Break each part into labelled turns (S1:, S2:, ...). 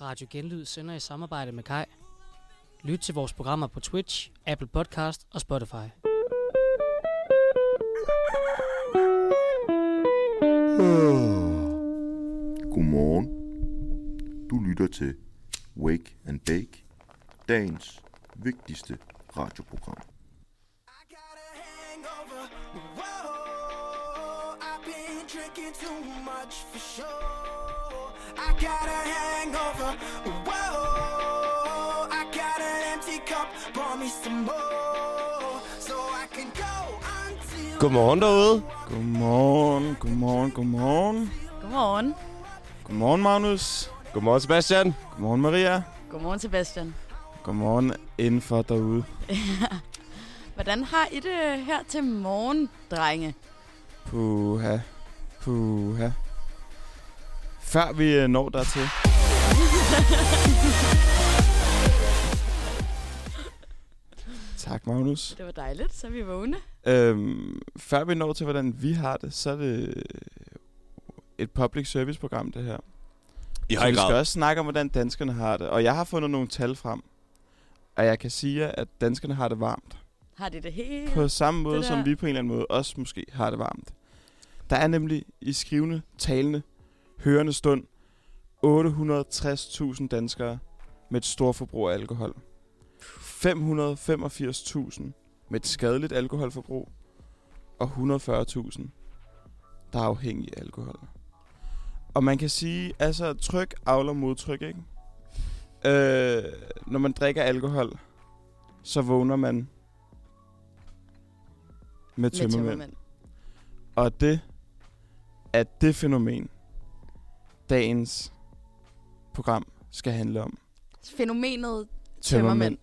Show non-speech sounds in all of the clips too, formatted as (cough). S1: Radio Genlyd sender i samarbejde med Kai. Lyt til vores programmer på Twitch, Apple Podcast og Spotify.
S2: Godmorgen. Du lytter til Wake and Bake, dagens vigtigste radioprogram.
S3: I got a hangover. Whoa, I've been drinking too much for sure. I got a hangover. Whoa, I got an empty cup. Pour me some more so I can go until.
S4: Godmorgen derude.
S5: Godmorgen, godmorgen, godmorgen.
S6: Godmorgen.
S5: Godmorgen, Magnus.
S4: Godmorgen, Sebastian.
S5: Godmorgen, Maria.
S6: Godmorgen, Sebastian.
S5: Godmorgen indenfor derude.
S6: Hvordan har I det øh, her til morgen, drenge?
S5: Puha, puha. Før vi øh, når
S4: (laughs)
S5: dertil. tak, Magnus.
S6: Det var dejligt, så er vi vågne.
S5: Øhm, før vi når til, hvordan vi har det, så er det et public service program, det her.
S4: I
S5: Så vi skal også snakke om, hvordan danskerne har det. Og jeg har fundet nogle tal frem. Og jeg kan sige jer, at danskerne har det varmt.
S6: Har de det hele?
S5: På samme måde,
S6: der-
S5: som vi på en eller anden måde også måske har det varmt. Der er nemlig i skrivende, talende, hørende stund 860.000 danskere med et stort forbrug af alkohol. 585.000 med et skadeligt alkoholforbrug. Og 140.000 der er afhængige af alkohol. Og man kan sige, altså tryk avler modtryk, ikke? Øh, når man drikker alkohol, så vågner man med
S6: Med
S5: tømmermænd. Og det er det fænomen, dagens program skal handle om.
S6: Fænomenet tømmermænd.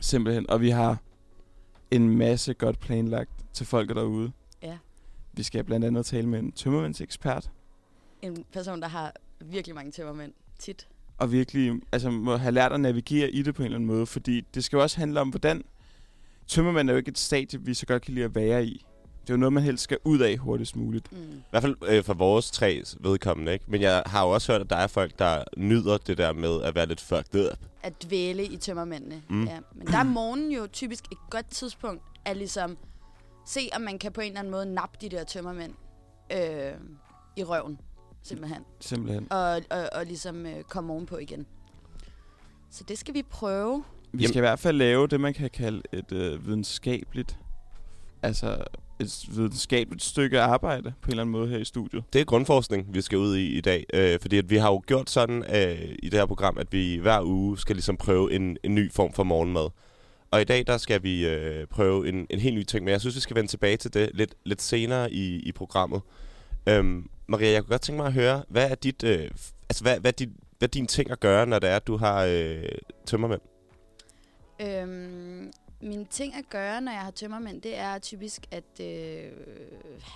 S5: Simpelthen. Og vi har en masse godt planlagt til folk derude.
S6: Ja.
S5: Vi skal blandt andet tale med en tømmermændsekspert.
S6: En person, der har virkelig mange tømmermænd. Tit.
S5: og virkelig altså, må have lært at navigere i det på en eller anden måde. Fordi det skal jo også handle om, hvordan... Tømmermand er jo ikke et stadie, vi så godt kan lide at være i. Det er jo noget, man helst skal ud af hurtigst muligt.
S6: Mm.
S4: I hvert fald øh, for vores tre vedkommende, ikke? Men jeg har jo også hørt, at der er folk, der nyder det der med at være lidt fucked up.
S6: At dvæle i tømmermændene.
S4: Mm.
S6: Ja. Men der er morgenen jo typisk et godt tidspunkt at ligesom se, om man kan på en eller anden måde nappe de der tømmermænd øh, i røven, simpelthen.
S5: Simpelthen.
S6: Og, og, og ligesom øh, komme ovenpå igen. Så det skal vi prøve.
S5: Vi
S4: Jamen-
S5: skal i hvert fald lave det, man kan kalde et øh, videnskabeligt... Altså et videnskabeligt stykke arbejde på en eller anden måde her i studiet.
S4: Det er grundforskning, vi skal ud i i dag. Øh, fordi at vi har jo gjort sådan øh, i det her program, at vi hver uge skal ligesom prøve en, en ny form for morgenmad. Og i dag, der skal vi øh, prøve en, en helt ny ting, men jeg synes, vi skal vende tilbage til det lidt, lidt senere i, i programmet. Øhm, Maria, jeg kunne godt tænke mig at høre, hvad er dit, øh, f- altså, hvad, hvad, er dit, hvad er din ting at gøre, når det er, at du har øh, tømmermænd?
S6: Øhm, mine ting at gøre, når jeg har tømmermænd, det er typisk at... Øh,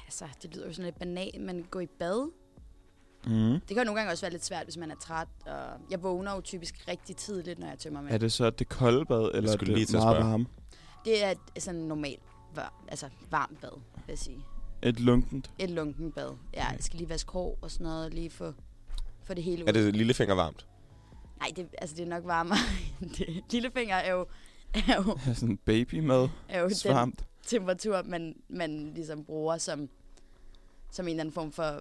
S6: altså, det lyder jo sådan lidt banalt, men gå i bad.
S5: Mm.
S6: Det kan jo nogle gange også være lidt svært, hvis man er træt. Og jeg vågner jo typisk rigtig tidligt, når jeg tømmer
S5: Er det så det kolde bad, eller er
S4: skulle lige
S5: det
S4: til at
S5: meget
S4: spørge.
S5: varme?
S6: Det er et- sådan normalt var, altså varmt bad, vil jeg sige.
S5: Et lunkent?
S6: Et lunken bad. Ja, jeg skal lige vaske hår og sådan noget, lige få, få det hele ud.
S4: Er det lillefinger varmt?
S6: Nej, det, altså, det er nok varmere. (laughs) end det. Lillefinger er jo, er jo,
S5: Sådan en babymad?
S6: er jo den,
S5: Svarmt?
S6: temperatur, man, man ligesom bruger som, som en eller anden form for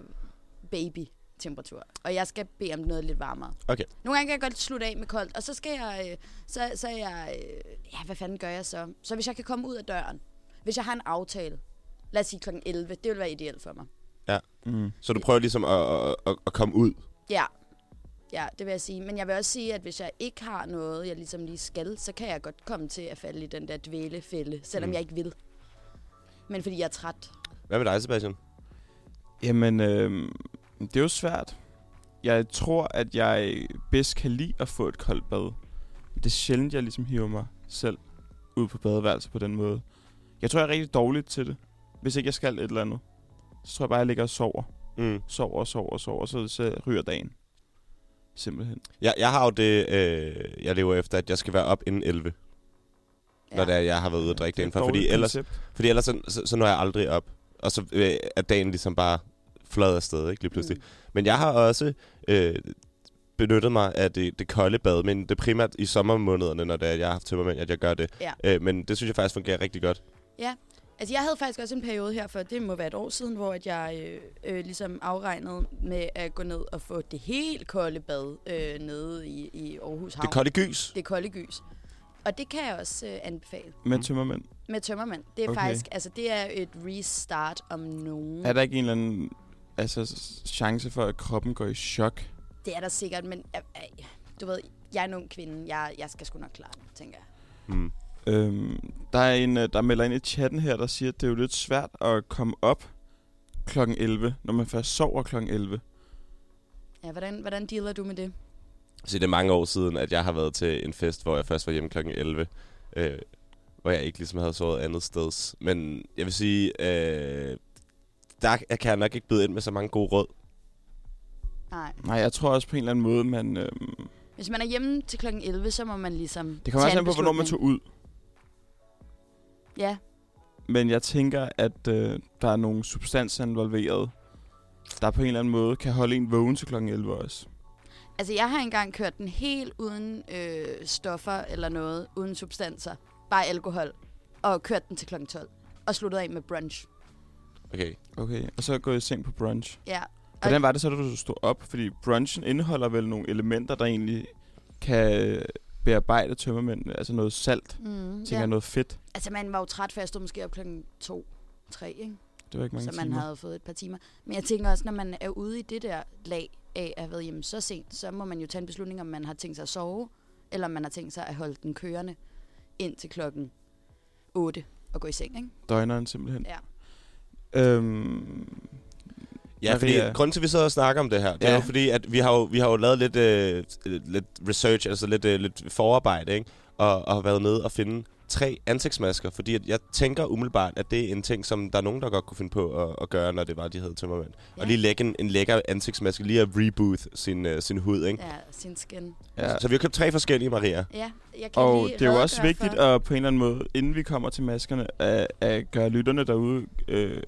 S6: baby-temperatur. Og jeg skal bede om noget lidt varmere.
S4: Okay.
S6: Nogle gange kan jeg godt slutte af med koldt, og så skal jeg, øh, så, så er jeg, øh, ja, hvad fanden gør jeg så? Så hvis jeg kan komme ud af døren, hvis jeg har en aftale, lad os sige kl. 11, det vil være ideelt for mig.
S5: Mm.
S4: Så du prøver ligesom at, at, at, at komme ud?
S6: Ja, ja, det vil jeg sige. Men jeg vil også sige, at hvis jeg ikke har noget, jeg ligesom lige skal, så kan jeg godt komme til at falde i den der dvælefælde, selvom
S4: Mm.
S6: mm. jeg ikke vil. Men fordi jeg er træt.
S4: Hvad med dig, Sebastian?
S5: Jamen, øh, det er jo svært. Jeg tror, at jeg bedst kan lide at få et koldt bad. Det er sjældent, jeg ligesom hiver mig selv ud på badeværelset på den måde. Jeg tror, jeg er rigtig dårlig til det. Hvis ikke jeg skal et eller andet, så tror jeg bare, jeg ligger og sover.
S4: Mm.
S5: Sover og sover og sover, og så, så ryger dagen. Simpelthen.
S4: Jeg, jeg har jo det, øh, jeg lever efter, at jeg skal være op inden 11, ja. når det er, jeg har været ude og drikke det
S5: er et
S4: indenfor. Fordi
S5: dårligt
S4: ellers,
S5: koncept.
S4: fordi ellers så, så, så når jeg aldrig op, og så øh, er dagen ligesom bare flad afsted, ikke lige pludselig. Mm. Men jeg har også øh, benyttet mig af det, det kolde bad, men det er primært i sommermånederne, når det er, jeg har haft tømmermænd, at jeg gør det.
S6: Ja.
S4: Øh, men det synes jeg faktisk fungerer rigtig godt.
S6: Altså, jeg havde faktisk også en periode her for, det må være et år siden, hvor at jeg øh, øh, ligesom afregnede med at gå ned og få det helt kolde bad øh, nede i, i Aarhus Havn.
S4: Det kolde gys.
S6: det kolde gys. Og det kan jeg også øh, anbefale
S4: Mm.
S5: Med tømmermænd.
S6: med tømmermand. Det er
S5: Okay.
S6: okay. faktisk, altså det er et restart om nogen.
S5: Mm. Er der ikke en eller anden altså, s- chance for, at kroppen går i chok?
S6: Det er der sikkert, men øh, øh, du ved, jeg er en ung kvinde. Jeg, jeg skal sgu nok klare det, tænker jeg.
S4: Mm.
S5: Øhm, der er en, øh, der melder ind i chatten her, der siger, at det er jo lidt svært at komme op kl. 11, når man først sover kl. 11.
S6: Ja, hvordan, hvordan dealer du med det?
S4: Så det er mange år siden, at jeg har været til en fest, hvor jeg først var hjemme kl. 11. Øh, hvor jeg ikke ligesom havde sovet andet sted. Men jeg vil sige, øh, der kan jeg nok ikke byde ind med så mange gode råd.
S6: Nej.
S5: Nej, jeg tror også på en eller anden måde, man... Øhm,
S6: Hvis man er hjemme til klokken 11, så må man ligesom
S5: det kommer
S6: tage
S5: også
S6: en
S5: an på, hvornår man
S6: beslutning.
S5: tog ud.
S6: Ja,
S5: Men jeg tænker, at øh, der er nogle substanser involveret, der på en eller anden måde kan holde en vågen til kl. 11 også.
S6: Altså, jeg har engang kørt den helt uden øh, stoffer eller noget, uden substanser, bare alkohol, og kørt den til kl. 12, og sluttede af med brunch.
S4: Okay.
S5: Okay, og så går jeg i seng på brunch.
S6: Ja,
S5: Hvordan var det så, da du stod op? Fordi brunchen indeholder vel nogle elementer, der egentlig kan øh, bearbejde tømmermændene. Altså noget salt,
S6: mm,
S5: tænker jeg,
S6: ja.
S5: noget fedt.
S6: Altså, man var jo træt, for jeg stod måske op kl. 2, 3, ikke?
S5: Det var ikke mange
S6: så man
S5: timer.
S6: havde fået et par timer. Men jeg tænker også, når man er ude i det der lag af at have været hjemme så sent, så må man jo tage en beslutning, om man har tænkt sig at sove, eller om man har tænkt sig at holde den kørende ind til klokken 8 og gå i seng, ikke?
S5: Døgneren simpelthen.
S6: Ja.
S5: Øhm,
S4: Ja, fordi
S5: Maria.
S4: grunden til, at vi sidder og snakker om det her, det ja. er
S5: Ja.
S4: jo fordi, at vi har jo, vi har jo lavet lidt, øh, lidt research, altså lidt, øh, lidt forarbejde, ikke? Og, og har været nede og finde tre ansigtsmasker, fordi at jeg tænker umiddelbart, at det er en ting, som der er nogen, der godt kunne finde på at, at gøre, når det var, de havde tømmermænd. Ja.
S6: Ja.
S4: Og lige lægge en, en lækker ansigtsmaske, lige at rebooth sin, øh, sin hud,
S5: Mm.
S4: ikke?
S6: Ja, sin skin.
S5: ja.
S4: Altså, Så vi har købt tre forskellige, Maria.
S6: Ja, jeg kan
S5: Og
S6: lige
S5: det er jo også
S6: redegøre
S5: vigtigt
S6: for-
S5: at på en eller anden måde, inden vi kommer til maskerne, at, at gøre lytterne derude, øh,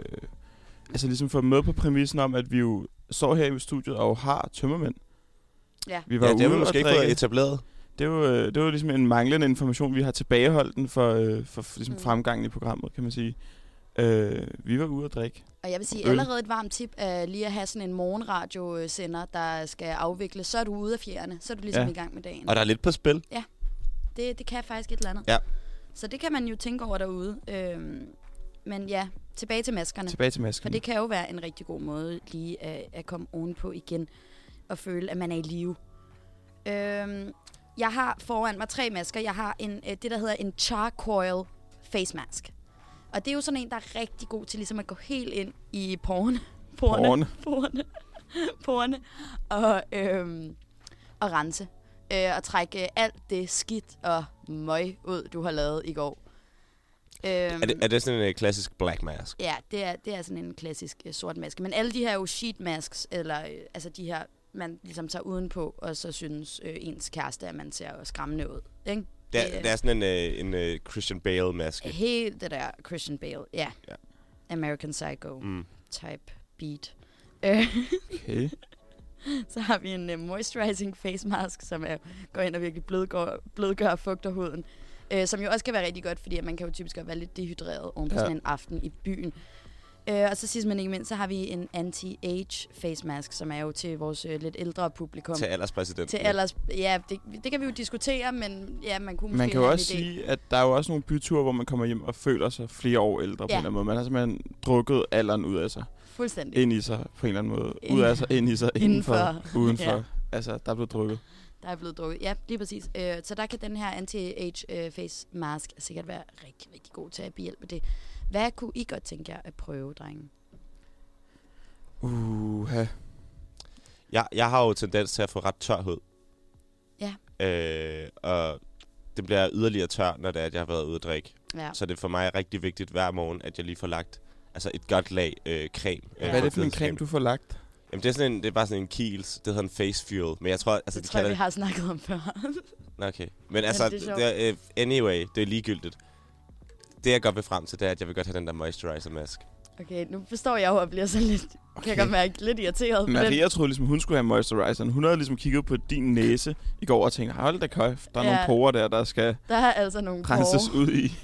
S5: altså ligesom få dem med på præmissen om, at vi jo står her i studiet og har tømmermænd.
S6: Ja.
S5: Vi var
S4: Ja,
S5: ja,
S4: det har
S5: ude
S4: vi
S5: og
S4: måske ikke
S5: drikke.
S4: fået etableret.
S5: Det er, jo, øh, det er jo ligesom en manglende information. Vi har tilbageholdt den for, øh, for f- ligesom
S6: Mm.
S5: fremgangen i programmet, kan man sige. Øh, vi var ude at drikke.
S6: Og jeg vil sige,
S5: Øl.
S6: allerede et varmt tip er lige at have sådan en morgenradiosender, der skal afvikles. Så er du ude af fjerne, så er du ligesom
S5: Ja.
S6: ja. i gang med dagen.
S4: Og der er lidt på spil.
S6: Det, det kan faktisk et eller andet.
S4: Ja.
S6: Så det kan man jo tænke over derude. Øhm, men ja, tilbage til maskerne.
S5: Tilbage til
S6: For
S5: masken.
S6: det kan jo være en rigtig god måde lige at, at komme ovenpå igen og føle, at man er i live. Øhm, jeg har foran mig tre masker. Jeg har en, øh, det, der hedder en charcoal face mask. Og det er jo sådan en, der er rigtig god til ligesom at gå helt ind i porne.
S5: Porne.
S6: (laughs) Porne. porne. Og, øhm, og rense. Øh, og trække øh, alt det skidt og møg ud, du har lavet i går. Øhm,
S4: Er det, er det sådan en øh, klassisk black mask?
S6: Ja, det er, det er sådan en klassisk øh, sort maske. Men alle de her er jo sheet masks, eller øh, altså de her, man ligesom tager udenpå, og så synes øh, ens kæreste, at man ser skræmmende ud. Ikke?
S4: Det er,
S6: Det er-
S4: det er sådan en, øh, en øh, Christian Bale-maske.
S6: Helt det der Christian Bale, ja.
S4: Ja.
S6: American Psycho
S4: Mm.
S6: type beat. Øh, (laughs)
S5: Okay.
S6: så har vi en uh, moisturizing face mask, som er, går ind og virkelig blødgør, blødgør og fugter huden. Øh, som jo også kan være rigtig godt, fordi at man kan jo typisk godt være lidt dehydreret oven på
S5: Ja.
S6: ja. sådan en aften i byen. Øh, og så sidst men ikke mindst, så har vi en anti-age face mask, som er jo til vores øh, lidt ældre publikum.
S4: Til alderspræsidenten.
S6: Til alders... Ja, det, det kan vi jo diskutere, men ja, man kunne måske
S5: Man kan jo
S6: have
S5: også
S6: en idé.
S5: sige, at der er jo også nogle byture, hvor man kommer hjem og føler sig flere år ældre ja. på en
S6: Ja.
S5: eller anden måde. Man har simpelthen drukket alderen ud af sig.
S6: Fuldstændig.
S5: Ind i sig på en eller anden måde.
S6: Ind-
S5: Ud af sig, ind i sig, indenfor,
S6: (laughs) Indenfor.
S5: udenfor.
S6: Ja.
S5: Altså, der er blevet drukket.
S6: Der er blevet drukket. Ja, lige præcis. Øh, så der kan den her anti-age øh, face mask sikkert være rigtig, rigtig god til at hjælpe det. Hvad kunne I godt tænke jer at prøve, drenge?
S5: Uha.
S4: Jeg, jeg har jo tendens til at få ret tør hud.
S6: Ja.
S4: Øh, og det bliver yderligere tør, når det er, at jeg har været ude at drikke.
S6: Ja.
S4: Ja. Så det er for mig rigtig vigtigt hver morgen, at jeg lige får lagt altså et godt lag øh, creme. øh,
S5: Hvad er det for en creme,
S4: fordøjelsescreme.
S5: du får lagt?
S4: Jamen, det er, sådan en, det er bare sådan en Kiels. Det hedder en face fuel. Men jeg tror, altså,
S6: Altså,
S4: de
S6: det tror jeg,
S4: kalder
S6: vi har snakket om før. (laughs)
S4: Nå, Okay. Men altså,
S6: det er
S4: det
S6: sjovt.
S4: er, øh, anyway, det er ligegyldigt. Det, jeg godt vil frem til, det er, at jeg vil godt have den der moisturizer-mask.
S6: Okay, nu forstår jeg jo og bliver sådan lidt, okay. kan jeg godt mærke, lidt irriteret. på den.
S5: Maria troede ligesom, hun skulle have moisturizeren. Hun havde ligesom kigget på din næse i går og tænkt, hold da kæft, der er ja. nogle
S6: Ja.
S5: porer der, der skal
S6: Der er altså nogle
S5: renses
S6: porer.
S5: ud
S6: (laughs)
S5: i.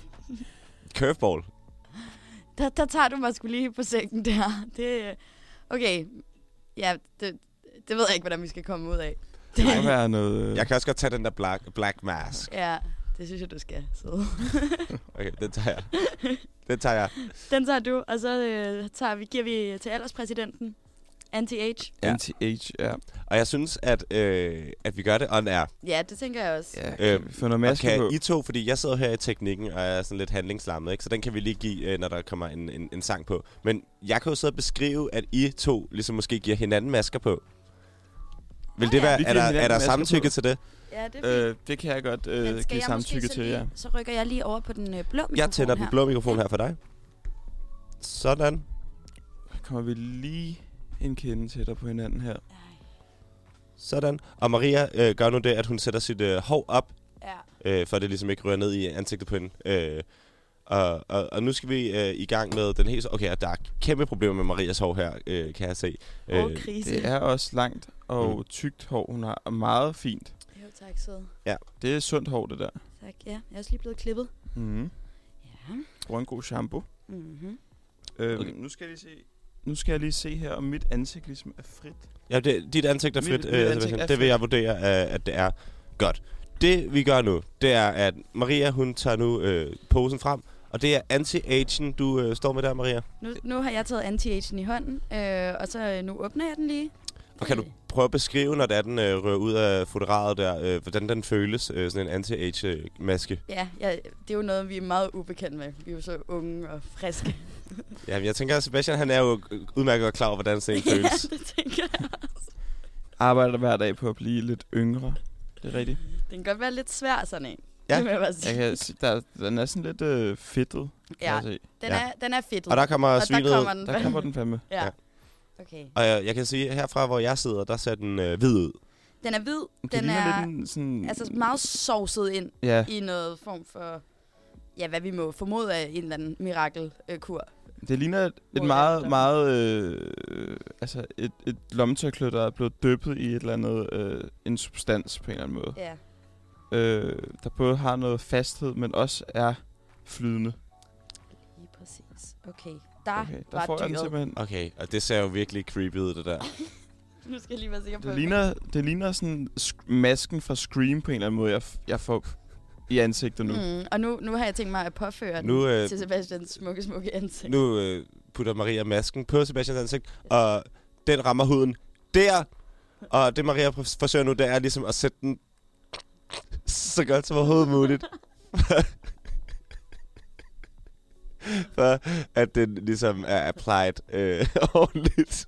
S4: Curveball.
S6: Der, der tager du mig sgu lige på sengen der. (laughs) Det, øh, okay, ja, det, det ved jeg ikke, hvordan vi skal komme ud af.
S5: Det må være noget... øh,
S4: Jeg kan også godt tage den der black, black
S6: (laughs)
S4: mask.
S6: Ja, det synes jeg, du skal. Så.
S4: Okay, den tager jeg. Den tager jeg.
S6: (laughs) Den tager du, og så øh, tager vi, giver vi til alderspræsidenten. Anti-age.
S4: Ja.
S5: Anti-age, ja.
S4: Og jeg synes, at, øh, at vi gør det on air.
S6: Ja, det tænker jeg også.
S5: ja
S4: Øhm,
S5: øhm, få noget
S4: Og
S5: maske
S4: kan
S5: på.
S4: I to, fordi jeg sidder her i teknikken og er sådan lidt handlingslammet, ikke? så den kan vi lige give, øh, når der kommer en, en, en sang på. Men jeg kan jo sidde og beskrive, at I to ligesom måske giver hinanden masker på. Vil det
S6: ja.
S4: være,
S5: Vi
S4: er
S5: giver
S4: der,
S5: hinanden
S4: er der
S5: masker
S4: samtykke
S5: på.
S4: til det?
S6: Ja, det er fint.
S5: Øh, det kan jeg godt øh,
S6: Men skal
S5: give
S6: jeg
S5: samtykke
S6: måske så
S5: til,
S6: lige,
S5: ja.
S6: Så rykker jeg lige over på den øh, blå mikrofon
S4: Jeg tænder
S6: her.
S4: den blå mikrofon her for dig. Sådan.
S5: Kommer vi lige en kende tættere på hinanden her.
S4: Sådan. Og Maria øh, gør nu det, at hun sætter sit øh, hår op,
S6: Ja.
S4: øh, for at det ligesom ikke rører ned i ansigtet på hende. Øh, og, og, og nu skal vi øh, i gang med den helt... Okay, og der er kæmpe problemer med Marias hår her, øh, kan jeg se.
S6: Og krise.
S5: Det er også langt og
S4: Mm.
S5: tykt hår, hun har. Og meget fint.
S6: Jo, tak søde.
S5: Det er sundt hår, det der.
S6: Tak. Ja, jeg er også lige blevet klippet.
S4: Mm-hmm.
S5: Mm.
S6: Ja.
S5: Bruger en god shampoo.
S6: Mm-hmm.
S5: Øhm,
S4: Okay.
S5: okay. Nu skal jeg lige se... Nu skal jeg lige se her, om mit ansigt ligesom er frit.
S4: Ja, det, dit ansigt er
S5: Mit-
S4: frit,
S5: mit
S4: øh,
S5: ansigt
S4: Sebastian.
S5: er
S4: Det vil
S5: frit.
S4: jeg vurdere, øh, at det er godt. Det vi gør nu, det er, at Maria, hun tager nu øh, posen frem, og det er anti-aging, du øh, står med der, Maria.
S6: Nu, nu har jeg taget anti-agen i hånden, øh, og så øh, nu åbner jeg den lige.
S4: Og kan du prøve at beskrive, når det er, den øh, rører ud af fotoratet der, øh, hvordan den føles, øh, sådan en anti-age-maske?
S6: Ja, ja, det er jo noget, vi er meget ubekendt med. Vi er jo så unge og friske.
S4: Jamen, jeg tænker, at Sebastian, han er jo øh, udmærket og klar over, hvordan (laughs) sådan en
S6: (laughs) ja,
S4: føles.
S6: det tænker jeg.
S5: Arbejder hver dag på at blive lidt yngre. Det er rigtigt.
S6: Den kan godt være lidt svær, sådan en.
S4: Ja.
S6: Det vil jeg bare sige.
S5: Jeg kan se, der, den er sådan lidt øh, fedtet, kan
S6: Ja,
S5: jeg se.
S6: den,
S4: Ja.
S6: er, den er fedt.
S4: Og der kommer
S6: og
S4: svinet
S6: der kommer
S4: ud.
S6: den.
S5: Der kommer den fandme.
S6: ja.
S4: Ja.
S6: Okay.
S4: Og jeg, jeg kan sige, at herfra, hvor jeg sidder, der ser den øh, hvid ud.
S6: Den er hvid.
S5: Det
S6: Den
S5: ligner
S6: er
S5: lidt en sådan...
S6: altså meget sovset ind
S5: Ja,
S6: i noget form for, ja, hvad vi må formode af en eller anden mirakelkur. Øh,
S5: det ligner et, et
S6: Hvor
S5: meget,
S6: den-
S5: meget... Øh, altså et, et lommetørklæde, der er blevet døbet i et eller andet... Øh, en substans på en eller anden måde.
S6: Ja.
S5: Øh, der både har noget fasthed, men også er flydende.
S6: Lige præcis. Okay, der,
S5: Okay,
S6: der
S5: der
S6: var
S5: får jeg den
S6: Ah, dyret.
S5: simpelthen.
S4: Okay, og det ser jo virkelig creepy ud, det der.
S6: Nu skal jeg lige være sikker på.
S5: Det ligner, det ligner sådan sk- masken fra Scream på en eller anden måde, jeg, f- jeg får i ansigtet nu. Mm.
S6: Mm, og nu, nu har jeg tænkt mig at påføre den
S4: Nu, øh,
S6: til Sebastians smukke, smukke ansigt.
S4: Nu øh, putter Maria masken på Sebastians ansigt, og den rammer huden der. Og det Maria pr- forsøger nu, det er ligesom at sætte den så godt som overhovedet muligt. (laughs) For at den ligesom er applied øh, (laughs) ordentligt.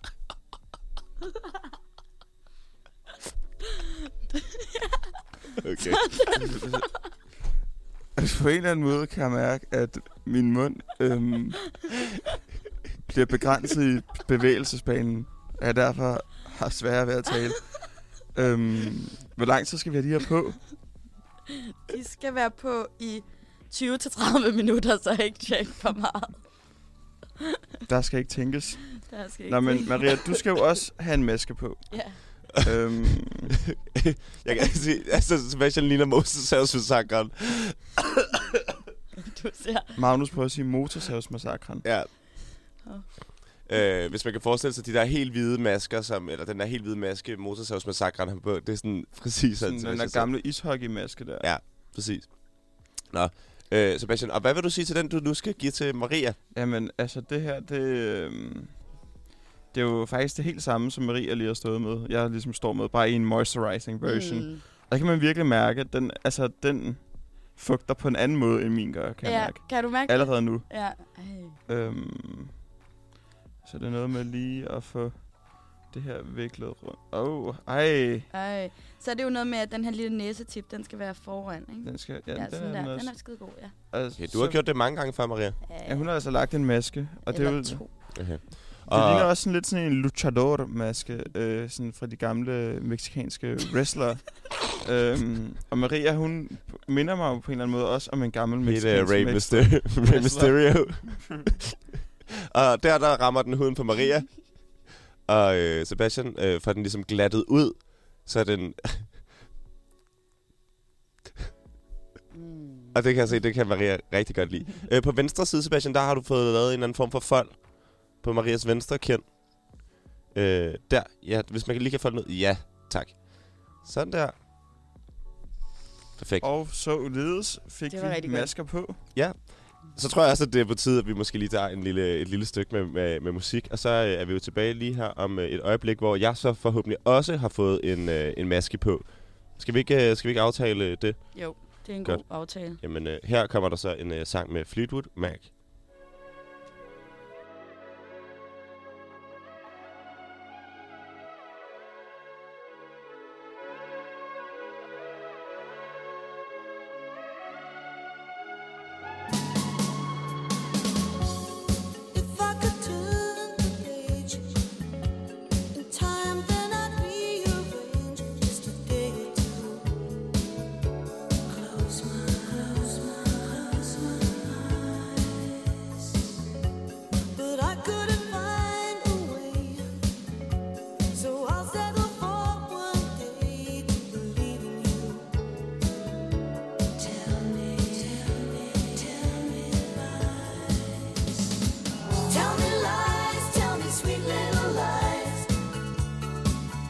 S4: Okay.
S5: Altså, På en eller anden måde kan jeg mærke, at min mund øhm, bliver begrænset i bevægelsesbanen, og jeg derfor har svært ved at tale. Øhm, hvor lang tid skal vi have de her på?
S6: De skal være på i 20-30 (laughs) minutter, så jeg ikke tjek for meget.
S5: Der skal ikke tænkes.
S6: Der skal
S5: Nå,
S6: ikke
S5: men
S6: tænke-
S5: Maria, du skal jo også have en maske på.
S6: Ja.
S5: øhm,
S4: Jeg kan sige, altså Sebastian ligner Moses Havsforsakkeren.
S6: Du ser.
S5: Magnus prøver at sige motorsavsmassakren.
S4: Ja.
S6: Åh.
S4: Oh. Øh, hvis man kan forestille sig de der helt hvide masker, som, eller den der helt hvide maske, Motorsavs Massakren har på, det er sådan (laughs) præcis
S5: Sådan
S4: sådan,
S5: den der gamle ishockeymaske der.
S4: Ja. Præcis. Nå, øh, Sebastian, og hvad vil du sige til den, du nu skal give til Maria?
S5: Jamen, altså det her, det, øhm, det er jo faktisk det helt samme, som Maria lige har stået med. Jeg ligesom står med bare i en moisturizing version. Mm.
S6: Mm.
S5: Der kan man virkelig mærke, at den, altså, den fugter på en anden måde, end min gør, kan jeg
S6: Ja,
S5: mærke.
S6: kan du mærke det?
S5: Allerede nu.
S6: Ja. Ej.
S5: Øhm, så det er noget med lige at få det her viklet rundt. Åh, oh, ej.
S6: Ej. Så er det jo noget med, at den her lille næsetip, den skal være foran, ikke?
S5: Den skal, ja,
S6: Ja,
S5: den,
S6: sådan
S5: er
S6: der.
S5: også-
S6: Den er skide god, ja.
S5: altså,
S4: Okay, du har
S5: så-
S4: gjort det mange gange før, Maria.
S5: Ja, hun har altså lagt en maske, og det er
S6: Eller
S5: jo...
S6: to.
S4: Okay.
S5: Det ligner
S4: Og,
S5: også sådan lidt sådan en luchador-maske, øh, sådan fra de gamle meksikanske wrestlere. øhm, og Maria, hun minder mig jo på en eller anden måde også om en
S4: (laughs)
S5: gammel
S4: Helt uh,
S5: meksikansk
S4: Ray,
S5: mix-
S4: Myster- Ray Mysterio. Og der, der rammer den huden på Maria. Og øh, Sebastian øh, får den ligesom glattet ud, så den... og det kan jeg se, det kan Maria rigtig godt lide. Øh, på venstre side, Sebastian, der har du fået lavet en eller anden form for fold på Marias venstre kind. Øh, der, ja, hvis man lige kan folde den ud. Ja, tak. Sådan der. Perfekt.
S5: Og således fik
S6: Det var
S5: vi
S6: rigtig godt.
S5: masker på.
S4: Så tror jeg også, at det er på tide, at vi måske lige tager en lille, et lille stykke med, med, med musik. Og så øh, er vi jo tilbage lige her om øh, et øjeblik, hvor jeg så forhåbentlig også har fået en, øh, en maske på. Skal vi, ikke, øh, skal vi ikke aftale det?
S6: Jo, det er en
S4: Godt.
S6: god aftale.
S4: Jamen, øh, her kommer der så en øh, sang med Fleetwood Mac.
S7: If I could turn the page in time, then I'd rearrange just a day or two. Close my, close my, close my eyes, but I couldn't find a way. So I'll settle for one day to believe in you. Tell me, tell me, tell me lies. Tell me lies, tell me sweet little lies.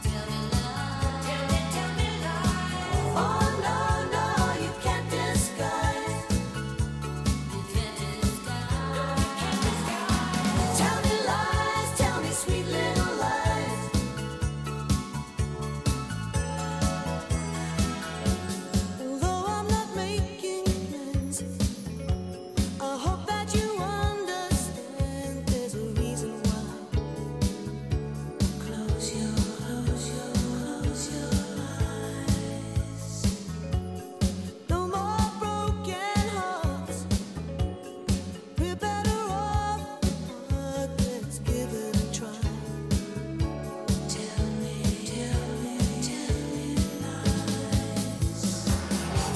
S7: Tell me lies, tell me, tell me lies. Oh no, no, you can't disguise. You can't disguise. No, you can't disguise. Tell me lies, tell me sweet little lies. Although I'm not making plans. I hope that you understand there's a reason why. Close your, close your, close your eyes. No more broken hearts. We're better off apart. Let's give it a try. Tell me, tell me, tell me lies.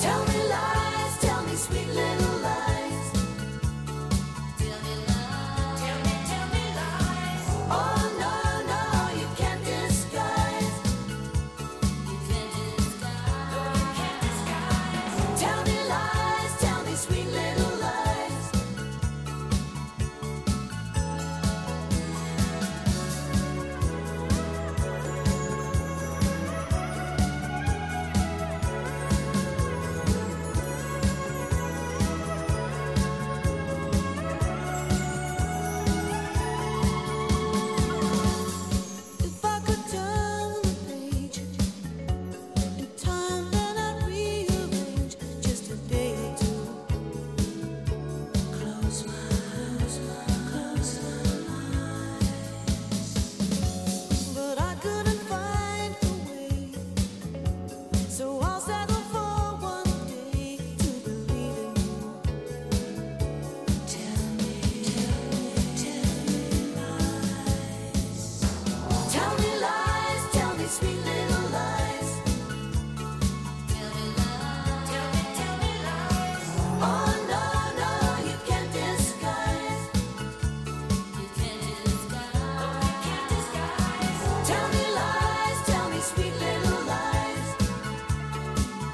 S7: Tell me lies, tell me sweet little lies. Tell me lies, tell me, tell me lies. Oh no, no, you can't disguise. You can't disguise, no, you can't disguise. Tell me lies, tell me sweet little lies. If I could turn the page in time, then I'd rearrange just a day or two. Close my, close my, close my eyes. But I couldn't find a way, so I'll settle for one day to believe in you. Tell me, tell me, tell me lies. Tell me lies, tell me sweet little lies. Tell me lies, tell me, tell me lies. Oh no, no, you can't disguise. You can't disguise, no, you can't disguise. Tell me lies, tell me sweet little lies.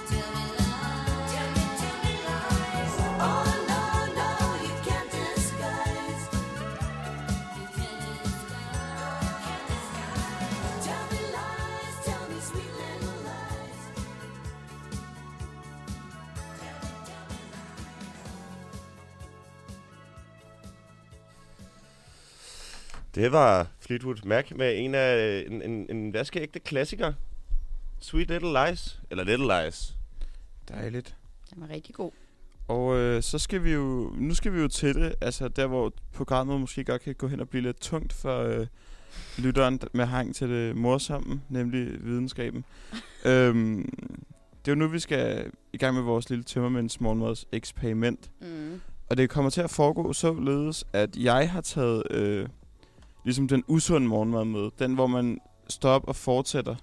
S7: Tell me lies, tell me, tell me lies. Oh no, no, you can't disguise. You can't disguise, no, you can't disguise. Tell me lies, tell me sweet little lies. Tell me, tell me
S4: Det var Fleetwood Mac med en af øh, en, en, en vaskeægte klassiker. Sweet Little Lies. Eller Little Lies.
S5: Dejligt.
S6: Den var rigtig god.
S5: Og øh, så skal vi jo, nu skal vi jo til det, altså der hvor programmet måske godt kan gå hen og blive lidt tungt for øh, lytteren med hang til det morsomme, nemlig videnskaben. øhm, det er jo nu, vi skal i gang med vores lille tømmermænds morgenmads eksperiment.
S6: Mm.
S5: Og det kommer til at foregå således, at jeg har taget øh, ligesom den usunde morgenmad med. Den, hvor man står op og fortsætter.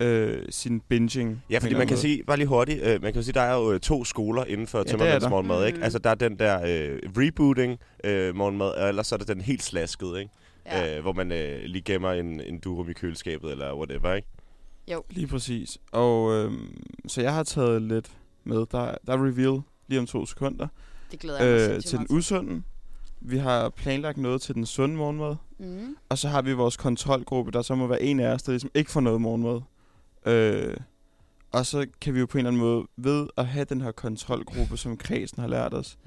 S5: øh, sin binging.
S4: Ja,
S5: på en
S4: fordi
S5: eller
S4: man kan
S5: anden
S4: sige, bare lige hurtigt, øh, man kan jo sige, der er jo øh, to skoler inden for
S5: Ja,
S4: ja,
S5: det
S4: tømmermænds
S5: er der.
S4: morgenmad, ikke?
S6: Mhm.
S4: Altså, der er den der øh, rebooting øh, morgenmad, og ellers så er der den helt slaskede, ikke?
S6: Ja.
S4: Ja. Øh, hvor man øh, lige gemmer en, en durum i køleskabet, eller whatever, ikke?
S5: måde. Lige præcis. Og øh, så jeg har taget lidt med. Der, der er reveal lige om to sekunder.
S6: Det glæder jeg mig
S5: Øh,
S6: sindssygt
S5: til den
S6: meget
S5: usunde. Vi har planlagt noget til den sunde morgenmad.
S6: Mm.
S5: Og så har vi vores kontrolgruppe, der så må være en af os, der ligesom ikke får noget morgenmad. Øh, og så kan vi jo på en eller anden måde, ved at have den her kontrolgruppe, som kredsen har lært os,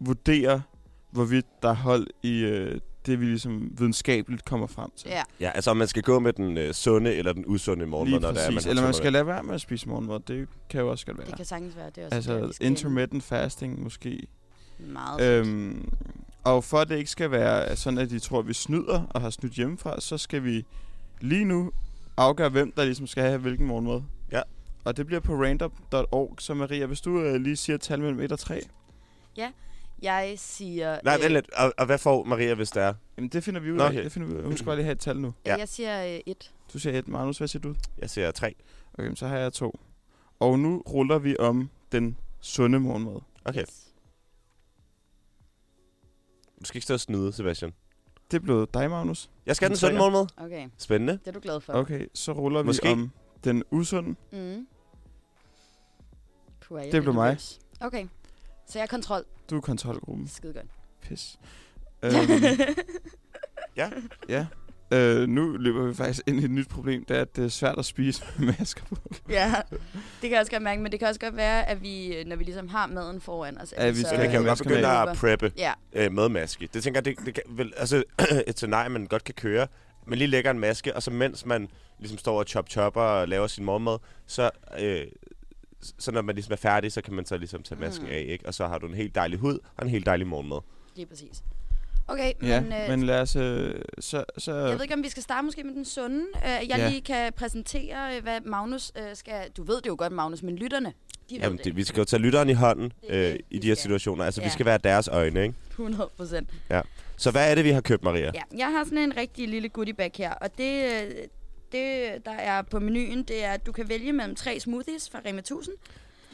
S5: vurdere, hvorvidt der er hold i øh, det, vi ligesom videnskabeligt kommer frem til.
S6: Ja.
S4: Ja, altså om man skal gå med den øh, sunde eller den usunde morgenmad,
S5: Lige
S4: når der er, man
S5: præcis.
S4: har
S5: Eller man
S4: tømmermænd.
S5: skal lade være med at spise morgenmad. Det kan jo også godt være.
S6: Det kan sagtens være, det er også der, vi
S5: altså
S6: skal
S5: intermittent fasting måske.
S6: ind. Meget øhm,
S5: Øhm, og for at det ikke skal være sådan, at de tror, at vi snyder og har snydt hjemmefra, så skal vi lige nu afgøre, hvem der ligesom skal have hvilken morgenmad.
S4: Ja.
S5: Og det bliver på random.org. Så Maria, hvis du øh, lige siger et tal mellem 1 og 3,
S6: Jeg siger... øh,
S4: Nej, vent lidt. Og, og hvad får Maria, hvis der er?
S5: jamen det finder vi ud
S4: Nå,
S5: af.
S4: okay. Mm.
S5: Det finder vi ud af. Hun skal bare lige have et tal nu.
S4: Ja.
S6: Jeg siger øh, et.
S5: Du siger 1, Magnus. Hvad siger du?
S4: Jeg ser tre.
S5: Okay, men så har jeg to. Og nu ruller vi om den sunde morgenmad.
S4: Okay,
S6: Yes.
S4: du skal ikke stå og snyde, Sebastian.
S5: Det er blevet dig, Magnus.
S4: Jeg skal have den
S5: En
S4: sunde
S5: treer.
S4: morgenmad.
S6: Okay,
S4: Spændende.
S6: det er du glad for.
S5: Okay, så ruller
S4: Måske.
S5: vi om den usunde.
S6: Mm. Puh, er jeg
S5: Det blev mig.
S6: nervøs. Okay, så jeg er kontrol.
S5: Du er kontrolgruppen.
S6: Skide
S5: (laughs)
S6: godt.
S5: Pis. Øhm,
S4: Ja.
S5: Ja. Øh, nu løber vi faktisk ind i et nyt problem, det er, at det er svært at spise med masker på.
S6: ja, det kan jeg også godt mærke, men det kan også godt være, at vi, øh, når vi ligesom har maden foran os, altså,
S5: Ja, vi
S4: Så
S5: skal
S4: vi kan jo
S5: have
S4: godt
S5: masker med.
S4: begynde at preppe
S6: Ja,
S4: øh, med maske. Det tænker jeg, det, det kan, vel, altså (clears throat) et scenarie, man godt kan køre. Man lige lægger en maske, og så mens man ligesom står og chop chopper og laver sin morgenmad, så, øh, så når man ligesom er færdig, så kan man så ligesom tage masken
S6: Mm.
S4: af, ikke? Og så har du en helt dejlig hud og en helt dejlig morgenmad.
S6: lige præcis. Okay,
S5: Ja,
S6: men, øh,
S5: men lad os... Øh, så, så,
S6: Jeg ved ikke, om vi skal starte måske med den sunde. Øh, Jeg
S5: Ja.
S6: ja. lige kan præsentere, øh, hvad Magnus øh, skal... Du ved det jo godt, Magnus, men lytterne, de
S4: Jamen,
S6: ved det.
S4: det, vi skal jo tage lytteren i hånden
S6: Det er
S4: øh,
S6: det,
S4: i
S6: vi
S4: de her
S6: skal.
S4: situationer. Altså, vi
S6: Ja.
S4: skal være deres øjne, ikke?
S6: 100 procent.
S4: Så hvad er det, vi har købt, Maria?
S6: Ja, jeg har sådan en rigtig lille goodiebag her, og det, øh, det, der er på menuen, det er, at du kan vælge mellem tre smoothies fra Rema 1000.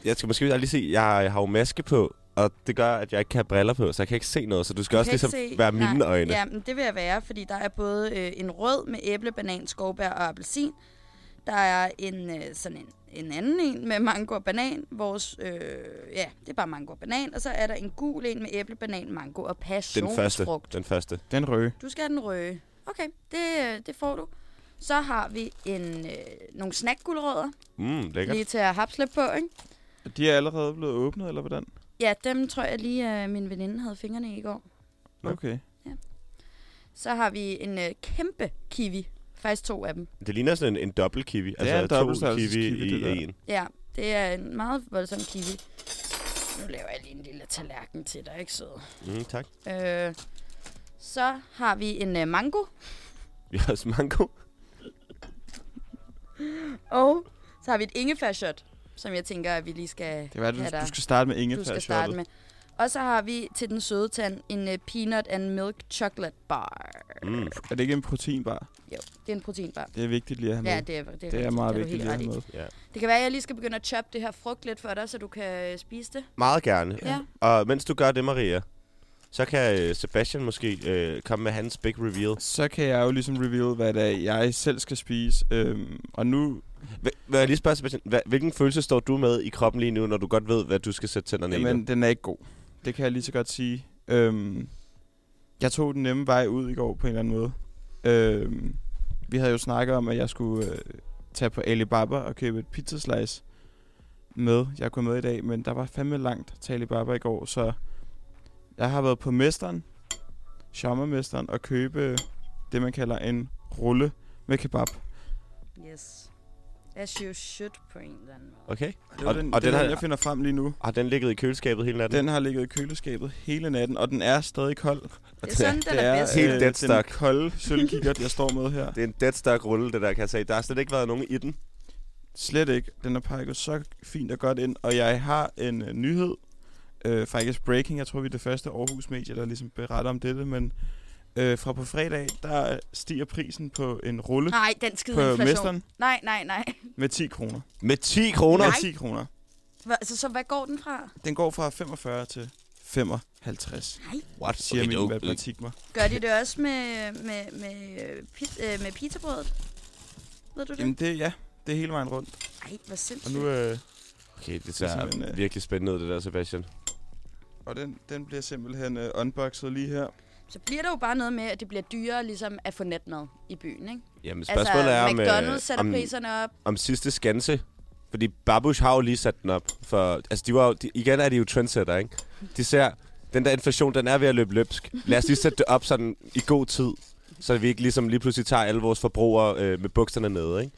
S4: Jeg skal måske lige se, jeg har- jeg har jo maske på, og det gør, at jeg ikke kan have briller på, så jeg kan ikke se noget. Så du skal
S6: Du
S4: også
S6: kan ikke
S4: ligesom
S6: se-
S4: være mine
S6: Nej,
S4: øjne.
S6: Ja, men det vil jeg være, fordi der er både øh, en rød med æble, banan, skovbær og appelsin. Der er en øh, sådan en, en anden en med mango og banan. Vores, øh, ja, det er bare mango og banan. Og så er der en gul en med æble, banan, mango og
S4: Den første.
S6: passionsfrugt.
S4: Den første.
S5: Den røde.
S6: Du skal have den røde. Okay, det, øh, det får du. Så har vi en, øh, nogle snackgulerødder,
S4: Mm, lækkert.
S6: lige til at hapsle på, ikke?
S5: Og De er allerede blevet åbnet, eller hvordan?
S6: Ja, dem tror jeg lige, øh, min veninde havde fingrene i i går.
S4: Nå.
S5: Okay.
S6: Så har vi en øh, kæmpe kiwi. Faktisk to af dem.
S4: Det ligner sådan en, en dobbelt kiwi. Altså
S5: en dobbelt
S4: to kiwi,
S5: størrelses kiwi,
S4: i
S5: det der.
S4: en.
S6: Ja, det er en meget voldsom kiwi. Nu laver jeg lige en lille tallerken til dig, ikke søde?
S4: Mm, tak.
S6: Øh, så har vi en øh, mango,
S4: Vi har også mango.
S6: og så har vi et ingefærshot, som jeg tænker, at vi lige skal
S5: Det var det,
S6: have
S5: du,
S6: dig-
S5: du skal starte med
S6: du
S5: ingefær
S6: skal starte med. Og så har vi til den søde tand en øh, peanut and milk chocolate bar.
S4: Mm.
S5: Er det ikke en proteinbar?
S6: Jo, det er en proteinbar.
S5: Det er vigtigt lige at have med.
S6: Ja, det er, det er,
S5: det er
S6: rigtigt.
S5: meget
S6: du
S5: vigtigt
S6: helt
S5: lige at
S6: ret i.
S5: have med.
S4: Ja.
S6: Det kan være, at jeg lige skal begynde at choppe det her frugt lidt for dig, så du kan øh, spise det.
S4: Meget gerne.
S6: Ja.
S4: Og mens du gør det, Maria, så kan øh, Sebastian måske øh, komme med hans big reveal.
S5: Så kan jeg jo ligesom reveal, hvad det er, jeg selv skal spise. Øhm, og nu,
S4: Hv- Vil jeg lige spørge Sebastian, hva- hvilken følelse står du med i kroppen lige nu, når du godt ved, hvad du skal sætte tænderne i?
S5: jamen, den er ikke god. Det kan jeg lige så godt sige. Øhm, jeg tog den nemme vej ud i går på en eller anden måde. Øhm, vi havde jo snakket om, at jeg skulle øh, tage på Alibaba og købe et pizzaslice med. Jeg kunne med i dag, men der var fandme langt til Alibaba i går, så jeg har været på mesteren, charmermesteren, og købe det, man kalder en rulle med kebab.
S6: Yes. As you should på en eller anden måde.
S4: Okay.
S5: Det var
S4: Og-
S5: den,
S4: og
S5: og
S4: den
S5: den, den
S4: har-
S5: her, jeg finder frem lige nu.
S4: Har den ligget i køleskabet hele natten?
S5: Den har ligget i køleskabet hele natten, og den er stadig kold.
S6: Det er sådan, den
S5: det
S6: er
S5: er
S6: bedst.
S4: Helt
S5: øh,
S4: dead
S5: den
S4: stock.
S5: (laughs) kolde sølvkikkert, jeg står med her.
S4: Det er en deadstock rulle, det der, kan jeg sige. Der har slet ikke været nogen i den.
S5: Slet ikke. Den er pakket så fint og godt ind, og jeg har en øh, nyhed. Øh, faktisk breaking. Jeg tror, vi er det første Aarhus-medie, der ligesom beretter om dette, men Øh, fra på fredag, der stiger prisen på en rulle
S6: Nej, den skide
S5: på
S6: Ah, inflation.
S5: mesteren
S6: Nej, nej, nej.
S5: med 10 kroner.
S4: Med 10 kroner?
S5: Med 10 kroner.
S6: Hva, altså, så hvad går den fra?
S5: Den går fra 45 til 55,
S4: What? Okay,
S5: siger okay, øh,
S4: det
S5: min
S4: er jo-
S5: matematik mig.
S6: Gør de det også med, med, med, øh, pit, øh, med pizzabrødet? Ved du det?
S5: Jamen det, ja, det er hele vejen rundt.
S6: Nej, hvor
S5: Og
S6: sindssygt.
S5: nu, øh,
S4: Okay, det
S5: Det er
S4: ser
S5: simpelthen, øh,
S4: virkelig spændende ud, det der, Sebastian.
S5: og den, den bliver simpelthen øh, unboxet lige her.
S6: Så bliver der jo bare noget med, at det bliver dyrere ligesom at få natmad i byen, ikke?
S4: Jamen,
S6: Altså,
S4: spørgsmålet er,
S5: øh,
S4: om, øh,
S6: McDonald's sætter
S4: om,
S6: priserne op.
S4: om sidste skanse. Fordi Babush har jo lige sat den op. For, altså, de var jo, de, igen er de jo trendsetter, ikke? De ser, den der inflation, den er ved at løbe løbsk. Lad os lige sætte det op sådan i god tid. Så vi ikke ligesom lige pludselig tager alle vores forbrugere øh, med bukserne nede, ikke?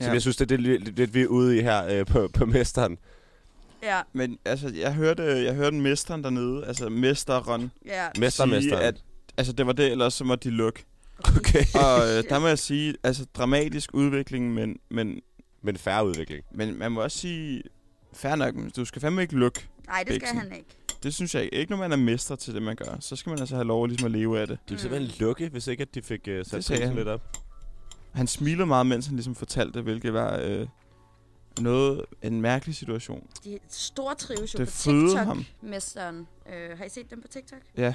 S4: Ja. Som jeg synes, det er det, lidt, lidt, vi er ude i her øh, på, på mesteren.
S6: Ja,
S5: Men altså, jeg hørte, jeg hørte mesteren dernede, altså mesteren,
S6: ja.
S4: Mester,
S5: sige,
S4: mesteren.
S5: at altså, det var det, ellers så måtte de lukke.
S4: (laughs)
S5: (laughs)
S4: Okay.
S5: Og øh, der må jeg sige, altså dramatisk udvikling, men, men,
S4: Men færre udvikling.
S5: men man må også sige, fair nok, men du skal fandme ikke lukke.
S6: Nej, det skal
S5: Biksen.
S6: han ikke.
S5: Det synes jeg ikke. Ikke når man er mester til det, man gør. Så skal man altså have lov at ligesom at leve af det.
S6: Mm.
S4: De ville simpelthen lukke, hvis ikke at de fik øh, sat
S5: Det sagde
S4: prisen
S5: han.
S4: lidt op.
S5: Han smilede meget, mens han ligesom fortalte det, hvilket var øh, noget, en mærkelig situation.
S6: De er store trives jo
S5: Det
S6: på
S5: fødede
S6: TikTok.
S5: ham.
S6: Mesteren. Øh, har I set dem på TikTok?
S5: Ja.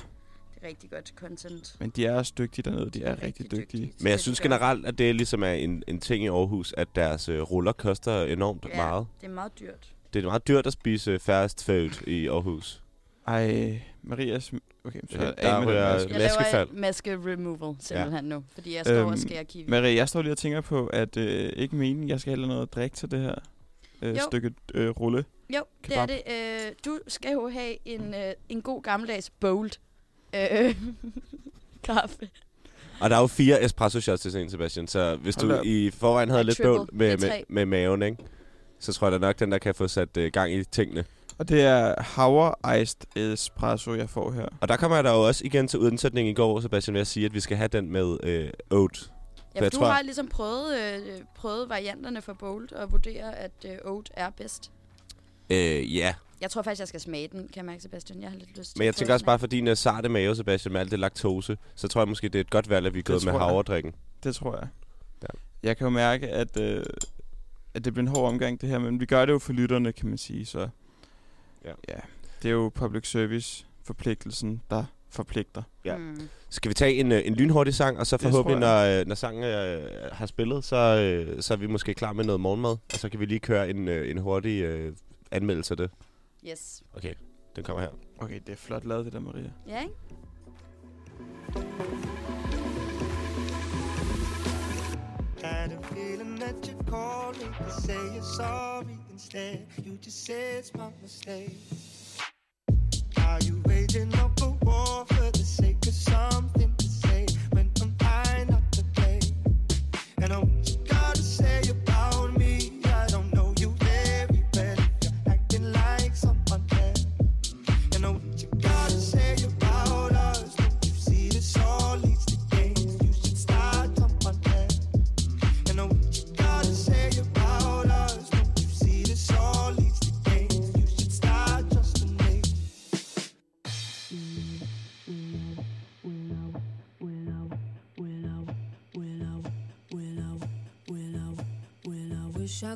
S6: Det er rigtig godt content.
S5: Men de er også dygtige dernede. De er rigtig dygtige.
S6: Så
S4: Men jeg
S6: det
S4: synes
S6: gør-
S4: generelt, at det ligesom er en, en ting i Aarhus, at deres øh, ruller koster enormt
S6: Ja.
S4: ja. meget.
S6: Det er meget dyrt.
S4: Det er meget dyrt at spise fast food i Aarhus.
S5: Ej, Maria... sm- Okay, så
S4: Okay,
S5: okay,
S4: der
S5: af med
S4: rører-
S5: den maske.
S6: Jeg
S4: Maskefald.
S6: laver et maske removal simpelthen ja. nu, fordi jeg står øhm,
S5: Øhm,
S6: og skærer kiwi.
S5: Marie, jeg står lige og tænker på, at øh, ikke meningen, jeg skal have noget at drikke til det her øh,
S6: Jo.
S5: stykke øh, rulle.
S6: Jo, det er
S5: Kebab.
S6: det. Øh, du skal jo have en, øh, en god gammeldags bold øh, (laughs) kaffe.
S4: Og der er jo fire espresso shots til sådan en, Sebastian, så hvis
S5: Hold
S4: du
S5: op.
S4: i forvejen havde
S6: Ej,
S4: lidt
S6: triple.
S4: bøvl med,
S6: Det er
S4: med,
S6: tre.
S4: med maven, ikke? så tror jeg da nok, den der kan få sat øh, gang i tingene.
S5: Og det er Hauer Iced Espresso, jeg får her.
S4: Og der kommer jeg da jo også igen til udsætning i går, Sebastian, ved at sige, at vi skal have den med øh, oat. For
S6: Ja, for
S4: jeg
S6: du
S4: tror-
S6: har ligesom prøvet, øh, prøvet varianterne for bold og vurderer, at øh, oat er bedst.
S4: Øh, ja,
S6: Jeg tror faktisk, jeg skal smage den, kan jeg mærke, Sebastian. Jeg har lidt lyst til
S4: men jeg
S6: at prøve
S4: tænker også
S6: den
S4: bare for din øh, sarte mave, Sebastian, med alt det laktose, så tror jeg måske, det er et godt valg, at vi er gået med
S5: tror jeg.
S4: havredrikken.
S5: Det tror jeg.
S4: Ja.
S5: Ja. Jeg kan jo mærke, at, øh, at det bliver en hård omgang, det her. Men vi gør det jo for lytterne, kan man sige. Så
S4: Ja.
S5: ja det er jo public service forpligtelsen, der forpligter.
S4: Ja.
S6: af. Mm.
S4: Skal vi tage en, øh, en lynhurtig sang, og så
S5: tror
S4: forhåbentlig, når, øh, når sangen øh, har spillet, så, øh, så er vi måske klar med noget morgenmad, og så kan vi lige køre en, øh, en hurtig øh, anmeldelse af det.
S6: Yes.
S4: Okay, den kommer her.
S5: Okay, det er flot lavet, det der, Maria.
S6: Ja, ikke?
S3: Had a feeling that you called me to say you're sorry instead. You just said it's my mistake. Are you waging up a war for the sake of something to say when I'm high not to play? And oh, you gotta say about me, I don't know you very well. You're acting like someone else. And oh, what you gotta say about us? Don't you see this all leads to games? You should start someone else. And I what you gotta say about us. Don't you see this all leads to games? You should start just a name.
S7: Wish I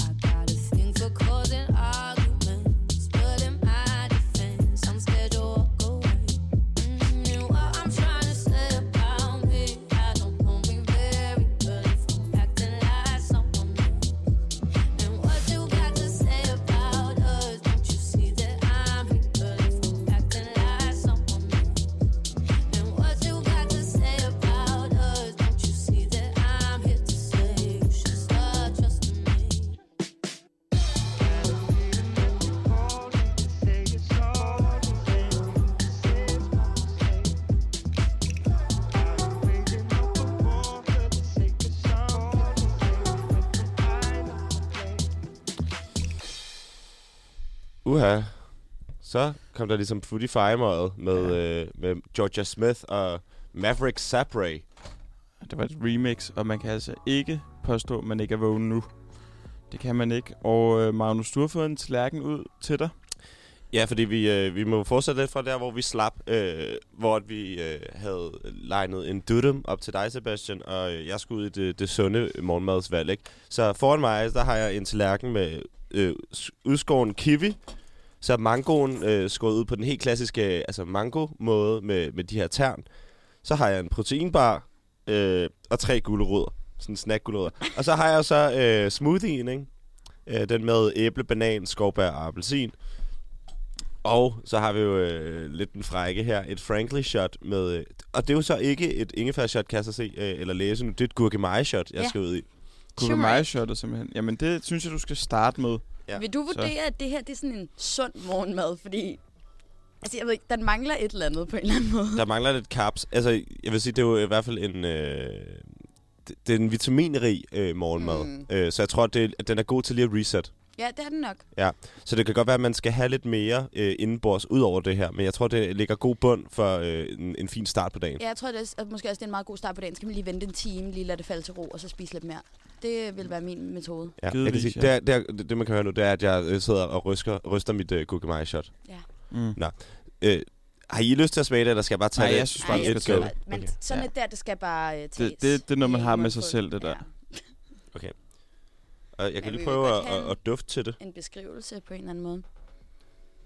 S7: I got a thing for causing arguments, but in my defense, I'm scared to walk away. Mm, and what I'm trying to say about me, I don't know me very well if I'm acting like someone else. And what you got to say about us? Don't you see that I'm here if I'm acting like someone else? And what you got to say about us? Don't you see that I'm here to say you should start trusting me?
S4: Uha. Så kom der ligesom Fruity Fire med, ja. øh, med Georgia Smith og Maverick Sabre.
S5: Det var et remix, og man kan altså ikke påstå, at man ikke er vågen nu. Det kan man ikke. Og øh, Magnus, du har fået en tallerken ud til dig.
S4: Ja, fordi vi, øh, vi må fortsætte lidt fra der, hvor vi slap, øh, hvor at vi øh, havde legnet en dudum op til dig, Sebastian, og øh, jeg skulle ud i det, det sunde morgenmadsvalg, ikke? Så foran mig, der har jeg en tallerken med øh, s- udskåren kiwi, så er mangoen øh, skåret ud på den helt klassiske øh, altså mango-måde med, med de her tern. Så har jeg en proteinbar øh, og tre gulerødder, sådan snackgulerødder. Og så har jeg så øh, smoothien, ikke? Øh, den med æble, banan, skovbær og appelsin. Og så har vi jo øh, lidt den frække her, et Frankly shot med, øh, og det er jo så ikke et ingefær shot, kan jeg så se, øh, eller læse nu, det er et gurkemeje shot, jeg
S6: Ja.
S4: skal ud i.
S5: Kurumai-shotet simpelthen. Jamen, det synes jeg, du skal starte med.
S4: Ja,
S6: Vil du
S5: så-
S6: vurdere, at det her det er sådan en sund morgenmad? Fordi, altså jeg ved ikke, den mangler et eller andet på en eller anden måde.
S4: Der mangler lidt carbs. Altså, jeg vil sige, det er jo i hvert fald en... Øh, det- det er en vitaminrig øh, morgenmad.
S6: Mm.
S4: Mm. Øh, så jeg tror, det, at den er god til lige at reset.
S6: Ja, det er den nok.
S4: Så det kan godt være, at man skal have lidt mere øh, indenbords ud over det her. Men jeg tror, det ligger god bund for øh, en, en fin start på dagen.
S6: Ja, jeg tror det er, at måske også, det er en meget god start på dagen. Så kan man lige vente en time, lige lade det falde til ro, og så spise lidt mere. Det vil være min metode.
S4: Ja, jeg kan
S5: Givetvis,
S4: sige,
S5: ja.
S4: det, er, det, er, det, det, man kan høre nu, det er, at jeg øh, sidder og rysker, ryster mit øh, gurkemeje-shot.
S5: Mm.
S4: Øh, har I lyst til at smage det, eller skal jeg bare tage
S5: Nej,
S4: det?
S5: jeg synes bare,
S6: Ej,
S5: du
S6: jeg
S5: skal
S4: skal
S5: tage
S6: tror,
S5: det.
S4: det.
S6: at- men
S4: Okay.
S6: sådan
S5: Ja.
S6: et der, det skal bare øh, tages.
S5: det- det er noget, man
S6: i
S5: har med sig
S6: mundfuld.
S5: selv, det der.
S6: Ja.
S4: Og jeg kan
S6: Ja, vi
S4: lige
S6: vil
S4: prøve
S6: godt
S4: at,
S6: have
S4: at,
S6: en-
S4: at dufte til det.
S6: En beskrivelse på en eller anden måde.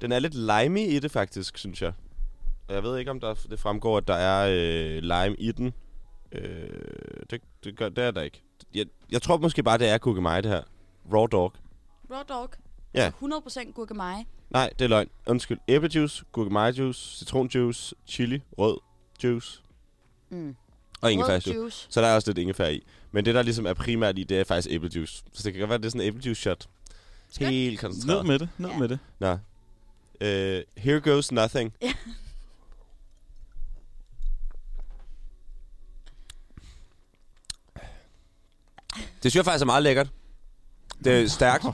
S4: Den er lidt limey i det faktisk, synes jeg. Og jeg ved ikke, om der, det fremgår, at der er øh, lime i den. Øh, det, det, gør, det er der ikke. Jeg, jeg tror måske bare, det er Cookie Mig, det her. Raw Dog.
S6: Raw dog.
S4: Ja.
S6: Altså 100% gurkemeje.
S4: Nej, det er løgn. Undskyld. Æblejuice, Cookie Mig juice, citronjuice, chili, rød juice
S6: Mm.
S4: og ingefær
S6: Rød
S4: juice.
S6: juice.
S4: Så der er også lidt ingefær i. Men det, der ligesom er primært i, det er faktisk æblejuice. Så det kan godt være, det er sådan en æblejuice shot.
S6: Skønt.
S4: Helt
S5: Ned
S4: koncentreret.
S5: med det, ned
S6: Ja.
S5: med det.
S4: Nå. Øh, here goes nothing. Det synes jeg faktisk er meget lækkert. Det er stærkt.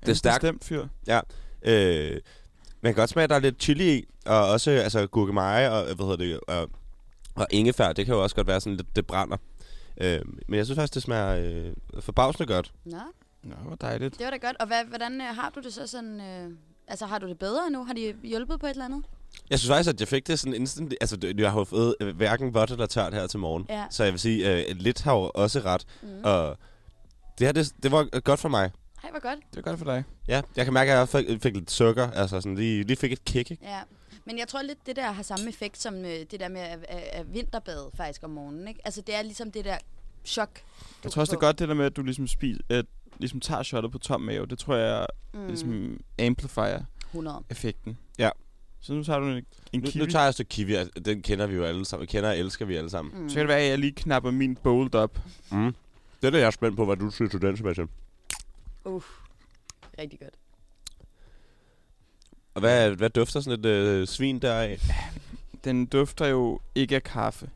S4: Det er stærkt.
S5: Bestemt fyr.
S4: Øh, man kan godt smage, at der er lidt chili i, og også altså, gurkemeje og, hvad hedder det, og, og ingefær. Det kan jo også godt være sådan lidt, det brænder. Øh, men jeg synes faktisk, det smager øh, forbavsende godt.
S6: Nå,
S5: Nå, hvor dejligt.
S6: det var da godt. Og hvad, hvordan øh, har du det så sådan... Øh, altså har du det bedre nu? Har de hjulpet på et eller andet?
S4: Jeg synes faktisk, at jeg fik det sådan instant... Altså, det- jeg har jo fået øh, hverken vådt eller tørt her til morgen.
S6: Ja.
S4: Så jeg vil sige, øh, lidt har jo også ret.
S6: Mm.
S4: Og det her, det, det var øh, godt for mig.
S6: Ej, hvor godt.
S5: Det er godt for dig.
S4: Ja, jeg kan mærke, at jeg fik, fik lidt sukker. Altså, sådan lige, lige fik et kick, ikke?
S6: Ja, men jeg tror lidt, det der har samme effekt som øh, det der med at, at, at vinterbade faktisk om morgenen. Ikke? Altså, det er ligesom det der chok. du
S5: Jeg tror også,
S6: kan
S5: det er godt det der med, at du ligesom, spiser, at, ligesom tager shotet på tom mave. Det tror jeg
S6: få. Mm,
S5: ligesom amplifier
S6: 100.
S5: effekten.
S4: Ja.
S5: Så nu tager du en, en
S4: Nu,
S5: kiwi.
S4: nu tager jeg et stykke kiwi. altså, Den kender vi jo alle sammen. Kender og elsker vi alle sammen.
S6: Mm.
S5: Så kan det være, at jeg lige knapper min bold op.
S4: Mm. Det er det, jeg er spændt på, hvad du synes til den, Sebastian.
S6: Rigtig godt.
S4: Og hvad, hvad dufter sådan et øh, svin der af?
S5: Den dufter jo ikke af kaffe,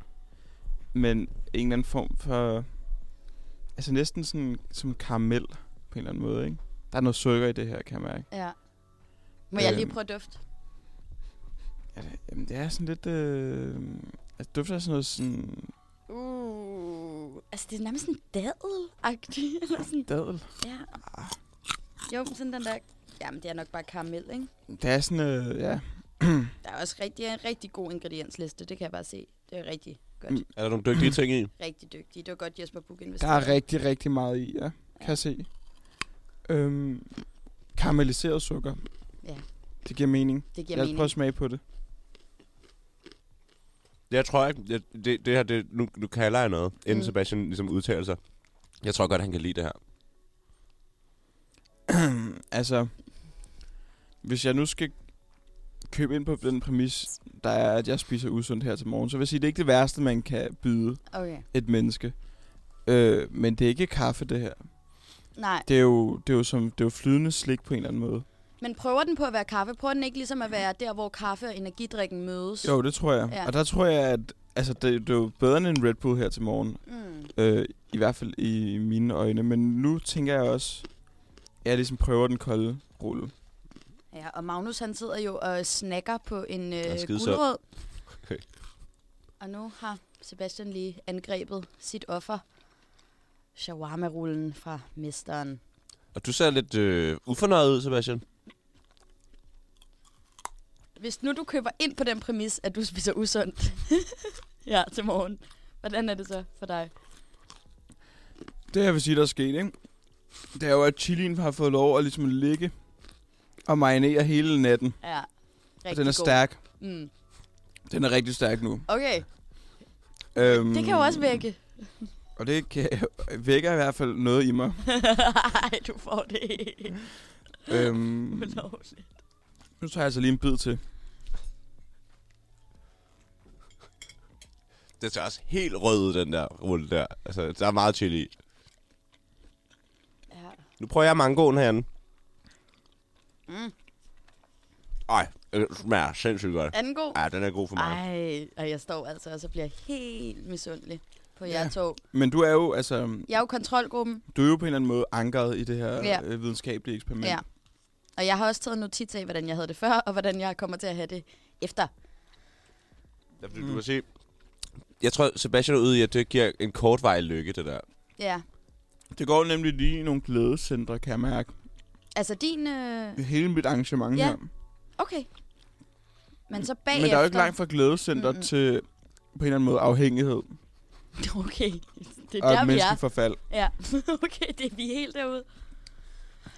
S5: men en eller anden form for... Altså næsten sådan som karamel på en eller anden måde, ikke? Der er noget sukker i det her, kan jeg mærke.
S6: Ja. Må jeg lige
S5: Øhm.
S6: prøve at dufte?
S5: Er det, jamen, det er sådan lidt... Øh, altså, dufter af sådan noget sådan...
S6: Uh. Altså, det er nærmest sådan dadel-agtigt. (laughs) Eller sådan,
S5: Dadel.
S6: ja. Jo, men sådan den der... Jamen, det er nok bare karamel, ikke?
S5: Det er sådan, øh, ja.
S6: Der er også rigtig, en rigtig god ingrediensliste, det kan jeg bare se. Det Det er rigtig godt.
S5: Mm.
S6: Mm.
S4: Er der nogle (clears throat) dygtige ting i?
S6: Rigtig dygtig. Det var godt, Jesper Bug
S5: Der
S6: investerede.
S5: er rigtig, rigtig meget i, ja. Kan jeg se. Øhm, karamelliseret sukker.
S6: Ja.
S5: Det giver mening. Giver
S6: Det giver
S5: Lad os
S6: mening.
S5: prøve at smage på det.
S4: Jeg tror ikke, jeg, det, det her, det, nu, nu kalder jeg noget, inden
S6: Mm.
S4: Sebastian ligesom udtaler sig. Jeg tror godt, han kan lide det her.
S5: altså, hvis jeg nu skal købe ind på den præmis, der er, at jeg spiser usundt her til morgen, så vil jeg sige, at det er ikke det værste, man kan byde
S6: Okay.
S5: et menneske. Øh, men det er ikke kaffe, det her.
S6: Nej,
S5: Det er jo, det er jo, som, det er jo flydende slik på en eller anden måde.
S6: men prøver den på at være kaffe? Prøver den ikke ligesom at være der, hvor kaffe og energidrikken mødes?
S5: Jo, det tror jeg. Ja.
S6: Ja.
S5: Og der tror jeg, at altså, det, det er jo bedre end en Red Bull her til morgen.
S6: Mm.
S5: Øh, I hvert fald i mine øjne. Men nu tænker jeg også, at jeg ligesom prøver den kolde rulle.
S6: Ja, og Magnus han sidder jo og snakker på en
S4: er
S6: øh,
S4: skidesund.
S6: guldrød.
S4: Okay.
S6: Og nu har Sebastian lige angrebet sit offer. Shawarma-rullen fra mesteren.
S4: Og du ser lidt øh, ufornøjet ud, Sebastian.
S6: Hvis nu du køber ind på den præmis, at du spiser usundt (laughs) ja, til morgen, hvordan er det så for dig?
S5: Det jeg vil sige, der er sket, ikke? Det er jo, at chilien har fået lov at ligesom ligge og marinere hele natten.
S6: Ja,
S5: Og
S6: rigtig
S5: den er
S6: god.
S5: stærk.
S6: Mm.
S5: Den er rigtig stærk nu.
S6: Okay,
S5: Øhm,
S6: det kan jo også (laughs) vække.
S5: Og det kan, vækker i hvert fald noget i
S6: (laughs)
S5: mig.
S6: Nej, du får det ikke.
S5: øhm,
S6: Ulovligt.
S5: nu tager jeg altså lige en bid til.
S4: Det ser også helt rød ud, den der rulle der. Altså, der er meget chili i.
S6: Ja.
S4: Nu prøver jeg mangoen herinde.
S6: Mm.
S4: Ej, det smager sindssygt godt.
S6: Er den god?
S4: Ja, den er god for mig.
S6: Ej, og jeg står altså også og bliver helt misundelig på
S5: Ja.
S6: jer to.
S5: Men du er jo, altså,
S6: Jeg er jo kontrolgruppen,
S5: du er jo på en eller anden måde ankeret i det her
S6: Ja.
S5: øh, videnskabelige eksperiment.
S6: Ja. og jeg har også taget notits af, hvordan jeg havde det før, og hvordan jeg kommer til at have det efter.
S4: Ja, fordi
S5: Mm.
S4: du kan se... Jeg tror, Sebastian er ude i, at det giver en kortvarig lykke, det der.
S6: Ja,
S5: Det går nemlig lige i nogle glædescentre, kan jeg mærke.
S6: altså din... Øh...
S5: Hele mit arrangement
S6: Ja,
S5: her.
S6: Okay. Men så bagefter...
S5: Men der er jo ikke langt fra glædescenter
S6: Mm,
S5: mm
S6: mm.
S5: til på en eller anden måde afhængighed
S6: (laughs) Okay, det er
S5: og
S6: der,
S5: et
S6: vi er.
S5: menneskeligt forfald.
S6: Ja, (laughs) okay, det er vi er helt derude.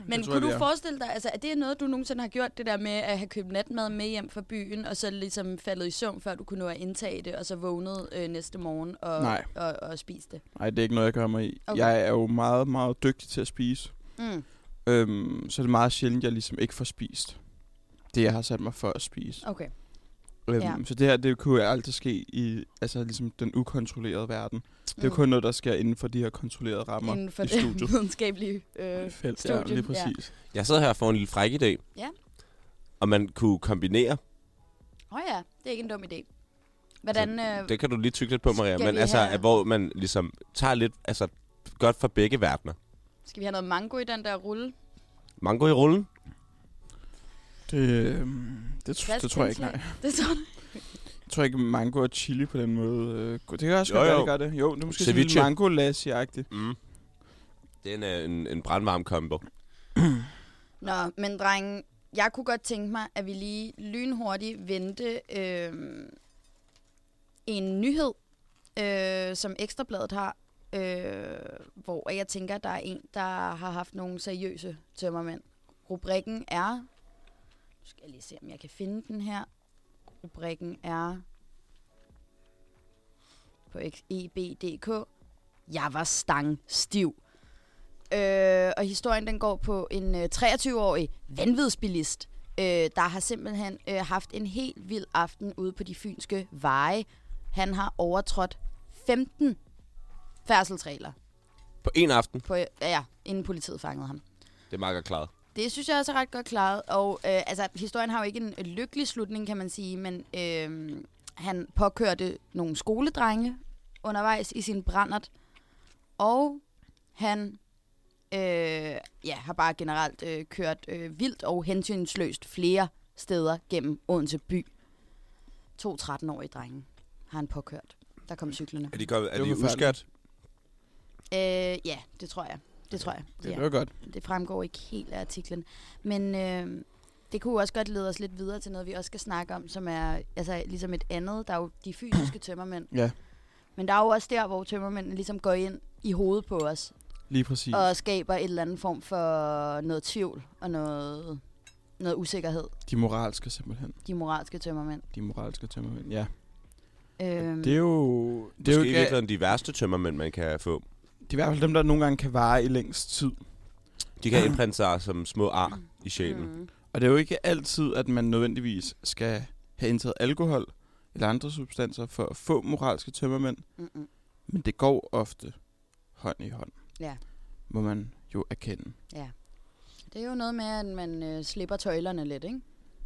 S6: Men
S5: tror
S6: kunne
S5: jeg,
S6: du
S5: vi er.
S6: forestille dig, altså, er det noget, du nogensinde har gjort, det der med at have købt natmad med hjem fra byen, og så ligesom faldet i søvn, før du kunne nå at indtage det, og så vågnet øh, næste morgen og,
S5: Nej.
S6: og, og, og spist det?
S5: Nej, det er ikke noget, jeg gør mig i. Okay.
S6: Okay.
S5: Jeg er jo meget, meget dygtig til at spise.
S6: Mm.
S5: Øhm, så det er meget sjældent, jeg ligesom ikke får spist det, jeg har sat mig for at spise.
S6: Okay.
S5: Øhm,
S6: Ja.
S5: Så det her, det kunne jo aldrig ske i altså, ligesom den ukontrollerede verden. Det er jo
S6: Mm.
S5: kun noget, der sker inden for de her kontrollerede rammer
S6: inden for
S5: i
S6: det (laughs)
S5: studiet. (laughs)
S6: videnskabelige øh,
S5: Felt, ja,
S6: studie,
S5: lige
S6: ja.
S5: præcis.
S4: Jeg sidder her og får en lille fræk idé.
S6: Ja.
S4: Og man kunne kombinere.
S6: Åh oh ja, det er ikke en dum idé. Hvordan, øh,
S4: Det kan du lige tykke lidt på, Maria.
S6: Skal
S4: Men
S6: vi
S4: altså,
S6: have-
S4: at hvor man ligesom tager lidt altså, godt fra begge verdener.
S6: skal vi have noget mango i den der rulle?
S4: Mango i rullen.
S5: Det, øhm, det, tr-
S6: Fast
S5: det tror jeg ikke, nej.
S6: indslag? Det tror du?
S5: Jeg tror ikke, mango og chili på den måde. Øh, går- det kan også
S4: Jo,
S5: godt være,
S4: jo.
S5: det gør det. Jo, det er måske sådan
S4: Ceviche.
S5: lidt mango lassi -agtigt.
S4: Mm. Det er en, øh, en, en brandvarm combo.
S6: Nå, men drenge, jeg kunne godt tænke mig, at vi lige lynhurtigt vente øh, en nyhed, øh, som Ekstrabladet har, øh, hvor jeg tænker, der er en, der har haft nogle seriøse tømmermænd. Rubrikken er... Nu skal jeg lige se, om jeg kan finde den her. Rubrikken er på X- E EB.dk. Jeg var stangstiv. Øh, og historien den går på en øh, 23-årig vanvidsbilist, øh, der har simpelthen øh, haft en helt vild aften ude på de fynske veje. Han har overtrådt 15 færdselsregler,
S4: På en aften.
S6: på, ja, inden politiet fangede ham.
S4: Det er meget godt klaret.
S6: Det synes jeg også er ret godt klaret. Og øh, altså, historien har jo ikke en lykkelig slutning, kan man sige, men øh, han påkørte nogle skoledrenge undervejs i sin brændert, og han øh, ja, har bare generelt øh, kørt øh, vildt og hensynsløst flere steder gennem Odense by. To 13-årige drenge har han påkørt. Der kom cyklerne.
S4: Er de, kommet,
S5: Det
S4: er
S5: var
S4: de
S5: forfærdeligt.
S4: uskørt?
S6: Øh, ja, det tror jeg. Det tror jeg.
S5: Det var godt.
S6: Det fremgår ikke helt af artiklen. Men øh, Det kunne jo også godt lede os lidt videre til noget, vi også skal snakke om, som er altså, ligesom et andet. Der er jo de
S5: (clears throat)
S6: fysiske tømmermænd.
S5: Ja,
S6: Men der er jo også der, hvor tømmermændene ligesom går ind i hovedet på os.
S5: lige præcis.
S6: Og skaber et eller andet form for noget tvivl og noget, noget usikkerhed.
S5: De moralske simpelthen.
S6: De moralske tømmermænd.
S5: De moralske tømmermænd, ja.
S6: Øhm,
S5: Det er jo... Det
S4: Det
S5: er
S4: er Måske i
S5: jo ikke, det
S4: virkeligheden de værste tømmermænd, man kan få.
S5: er i hvert fald dem, der nogle gange kan vare i længst tid.
S4: De kan indprinte sig som små ar i sjælen. Mm.
S6: mm.
S5: Og det er jo ikke altid, at man nødvendigvis skal have indtaget alkohol eller andre substanser for at få moralske tømmermænd.
S6: Mm-mm.
S5: Men det går ofte hånd i hånd.
S6: Ja.
S5: Må man jo erkende.
S6: Det er jo noget med, at man øh, slipper tøjlerne lidt, ikke?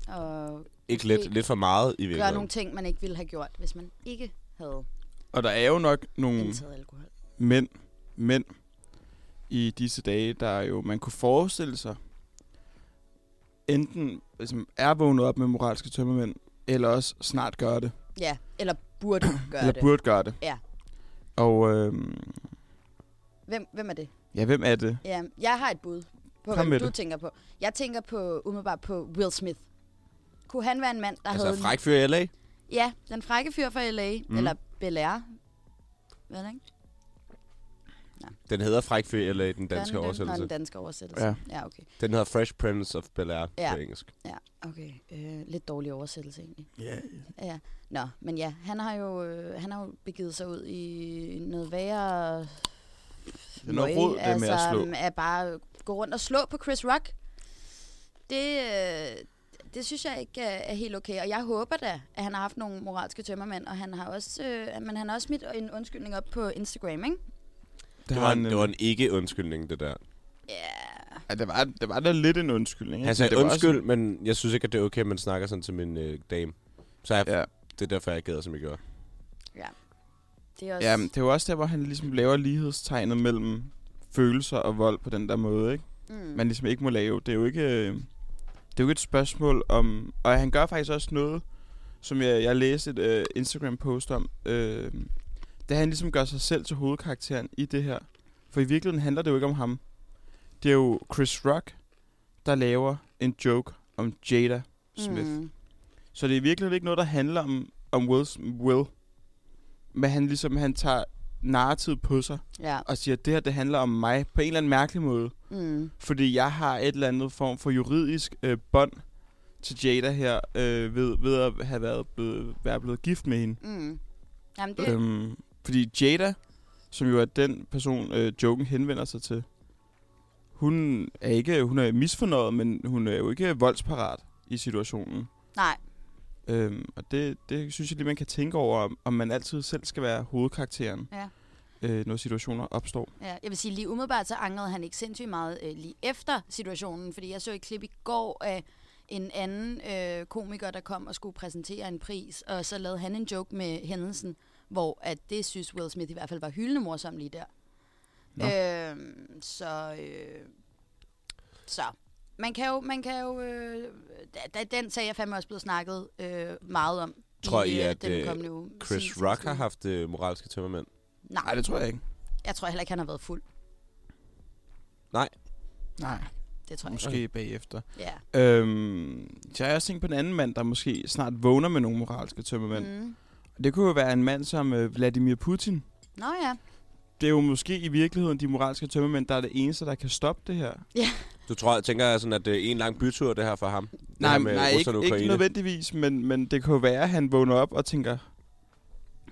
S6: Og
S4: Ikke lidt,
S6: Måske
S4: lidt for meget i
S6: gør
S4: virkeligheden.
S6: nogle ting, man ikke ville have gjort, hvis man ikke havde
S5: Og der er jo nok nogle
S6: indtaget alkohol.
S5: mænd, mænd i disse dage, der er jo man kunne forestille sig, enten ligesom, er vågnet op med moralske tømmermænd, eller også snart gør det.
S6: Ja, eller burde gøre
S5: eller
S6: det.
S5: burde gøre det.
S6: Ja.
S5: Og øhm,
S6: Hvem, hvem er det?
S5: ja, hvem er det?
S6: Ja, jeg har et bud på,
S5: Kom
S6: Kom
S5: med
S6: hvad du
S5: det.
S6: det. tænker på. Jeg tænker på umiddelbart på Will Smith. Kunne han være en mand, der havde...
S4: altså, fræk fyr i LA?
S6: Ja, den frække fyr fra L.A.
S4: Mm.
S6: Mm. Eller Bel Air. Hvad er det, ikke?
S4: Den hedder fræk fyr i LA, den
S6: Gør
S4: danske
S6: den det? Nå,
S4: oversættelse.
S6: den danske oversættelse.
S5: Ja.
S6: Ja, ja okay.
S4: Den hedder Fresh Prince of Bel-Air ja.
S6: Ja.
S4: på engelsk.
S6: Ja, okay. Øh, lidt dårlig oversættelse egentlig.
S5: Ja,
S6: Ja. Nå, men ja, han har jo, øh, han har jo begivet sig ud i noget værre...
S5: Det er noget rod, det med at slå.
S6: mm, at bare gå rundt og slå på Chris Rock. Det, øh, det synes jeg ikke er, er helt okay. Og jeg håber da, at han har haft nogle moralske tømmermænd, og han har også, øh, men han har også smidt en undskyldning op på Instagram, ikke?
S5: Det,
S4: Det
S5: har
S4: var, en,
S5: øh,
S4: det var en ikke-undskyldning, det der.
S6: Ja,
S5: Ja, det var, det var da lidt en undskyldning. ikke?
S4: Han
S5: Men
S4: sagde
S5: det var
S4: undskyld, men jeg synes ikke, at det er okay, at man snakker sådan til min øh, dame. Så jeg,
S5: Også, ja.
S4: det er derfor, jeg gader, som jeg gør.
S6: det er også...
S5: ja, men det er jo også der, hvor han ligesom laver lighedstegnet mellem følelser og vold på den der måde, ikke?
S6: mm.
S5: Man ligesom ikke må lave. Det er jo ikke, øh, det er jo ikke et spørgsmål om... Og han gør faktisk også noget, som jeg, jeg læste et øh, Instagram-post om. Øh, da han ligesom gør sig selv til hovedkarakteren i det her. For i virkeligheden handler det jo ikke om ham. Det er jo Chris Rock, der laver en joke om Jada Smith. Mm.
S6: Mm.
S5: Så det er virkelig ikke noget, der handler om, om Wills, Will. Men han ligesom, han tager narrativet på sig
S6: Ja.
S5: og siger, at det her, det handler om mig på en eller anden mærkelig måde.
S6: Mm.
S5: Fordi jeg har et eller andet form for juridisk øh, bånd til Jada her, øh, ved, ved at have været blevet, være blevet gift med hende.
S6: Mm. Jamen, det,
S5: Øhm, fordi Jada, som jo er den person, øh, joken henvender sig til, hun er ikke, hun er misfornøjet, men hun er jo ikke voldsparat i situationen.
S6: nej,
S5: Øhm, og det, det synes jeg lige, man kan tænke over, om, om man altid selv skal være hovedkarakteren,
S6: Ja.
S5: øh, når situationer opstår.
S6: Ja, jeg vil sige, lige umiddelbart så angrede han ikke sindssygt meget øh, lige efter situationen, fordi jeg så et klip i går af en anden øh, komiker, der kom og skulle præsentere en pris, og så lavede han en joke med hændelsen, hvor at det synes Will Smith i hvert fald var hyldende morsom lige der.
S5: Nå.
S6: Øh, så, øh, så. Man kan jo, man kan jo øh, da, da, den sag er fandme også blevet snakket øh, meget om.
S4: Tror I,
S6: øh,
S4: at, øh,
S6: kommende uge.
S4: Chris
S6: Siden-
S4: Rock har haft øh, moralske tømmermænd.
S5: Nej,
S6: Nej,
S5: det tror jeg ikke.
S6: jeg tror heller ikke, han har været fuld.
S5: Nej,
S6: Det tror jeg ikke.
S5: måske bagefter.
S6: Ja.
S5: Øhm, så har jeg også tænkt på en anden mand, der måske snart vågner med nogle moralske tømmermænd. Mm.
S6: Mm.
S5: Det kunne jo være en mand som øh, Vladimir Putin.
S6: Nå ja.
S5: Det er jo måske i virkeligheden de moralske tømmermænd, der er det eneste, der kan stoppe det her.
S4: Du tror, jeg tænker sådan, at det er en lang bytur, det her for ham? Det her
S5: Nej,
S4: med
S5: nej
S4: Rusland
S5: ikke,
S4: og
S5: ikke
S4: Ukraine.
S5: nødvendigvis, men, men det kan jo være, at han vågner op og tænker,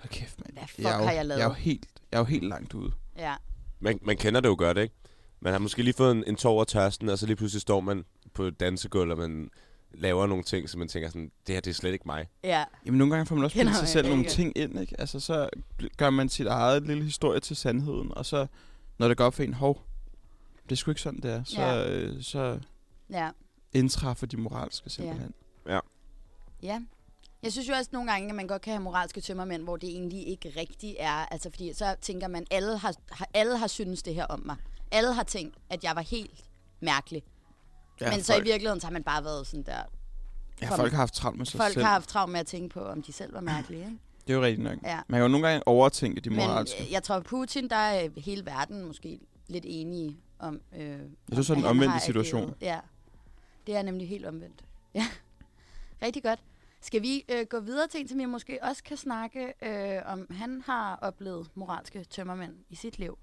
S5: hold kæft, mand.
S6: Hvad fuck
S5: er jo,
S6: har jeg lavet?"
S5: Jeg er jo helt, jeg er jo helt langt ude.
S6: Ja.
S4: Man, man kender det jo godt, ikke? Man har måske lige fået en, en tår over tørsten, og så lige pludselig står man på et dansegulv, og man laver nogle ting, som man tænker sådan, det her, det er slet ikke mig.
S6: Ja.
S5: Jamen nogle gange får man også
S6: Kender
S5: pillet sig
S6: man
S5: selv nogle
S6: ikke.
S5: ting ind, ikke? Altså så bl- gør man sit eget lille historie til sandheden, og så når det går op for en, hov, det er sgu ikke sådan, det er, så,
S6: Ja.
S5: ja. øh, så
S6: Ja.
S5: indtræffer de moralske simpelthen.
S6: Ja. Jeg synes jo også nogle gange, at man godt kan have moralske tømmermænd, hvor det egentlig ikke rigtigt er. Altså, fordi så tænker man, alle har, har, alle har syntes det her om mig. Alle har tænkt, at jeg var helt mærkelig. Ja, Men så i
S5: folk,
S6: virkeligheden, så har man bare været sådan der.
S5: ja, folk har haft travlt med sig
S6: Folk
S5: selv.
S6: har haft travlt med at tænke på, om de selv var mærkelige. Ikke?
S5: Det er jo rigtigt nok.
S6: Ja.
S5: Man kan jo nogle gange overtænke de
S6: Men
S5: moralske. Men,
S6: øh, jeg tror, Putin, der er øh, hele verden måske lidt enige om... Øh, jeg
S5: så er den omvendte situation.
S6: Ja, (laughs) det er nemlig helt omvendt. Rigtig godt. Skal vi øh, gå videre til en, som jeg måske også kan snakke øh, om? Han har oplevet moralske tømmermænd i sit liv.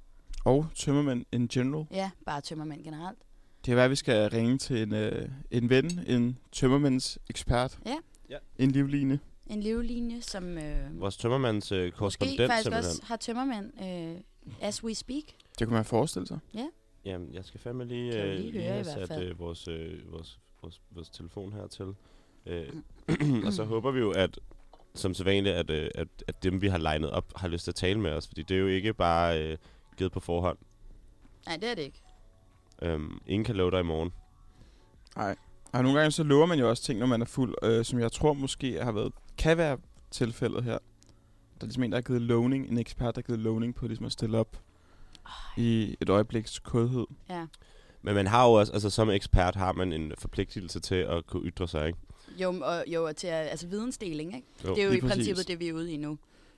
S5: Og tømmermænd in general.
S6: Ja, bare tømmermænd generelt.
S5: Det kan være, at vi skal ringe til en, øh, en ven, en tømmermænds ekspert.
S6: Ja.
S4: Ja.
S5: En livline.
S6: En livlinje, som øh,
S4: Vores tømmermands øh,
S6: måske
S4: korrespondent
S6: faktisk
S4: simpelthen.
S6: også har tømmermænd, øh, as we speak.
S5: Det kunne man forestille sig.
S4: Jamen, jeg skal fandme lige,
S6: Kan vi
S4: øh,
S6: lige
S4: lige,
S6: høre
S4: have
S6: i hvert
S4: sat
S6: fald?
S4: øh, vores, øh, vores, vores, vores telefon her til. Øh, (clears throat)
S6: (clears throat)
S4: og så håber vi jo, at som så vanligt, at, øh, at, at dem, vi har legnet op, har lyst til at tale med os. Fordi det er jo ikke bare øh, givet på forhånd.
S6: Nej, det er det ikke.
S4: Øhm, ingen kan love dig i morgen.
S5: Og nogle gange så lover man jo også ting, når man er fuld, øh, som jeg tror måske har været, kan være tilfældet her. Der er ligesom en, der har givet lovning, en ekspert, der har givet lovning på ligesom at stille op i et øjebliks kodhed.
S6: Ja.
S4: Men man har jo også, altså som ekspert har man en forpligtelse til at kunne ytre sig, ikke?
S6: Jo, og, jo, og til at- altså vidensdeling, ikke?
S4: Jo,
S6: det er jo i
S5: lige præcis.
S6: princippet det, vi er ude i nu.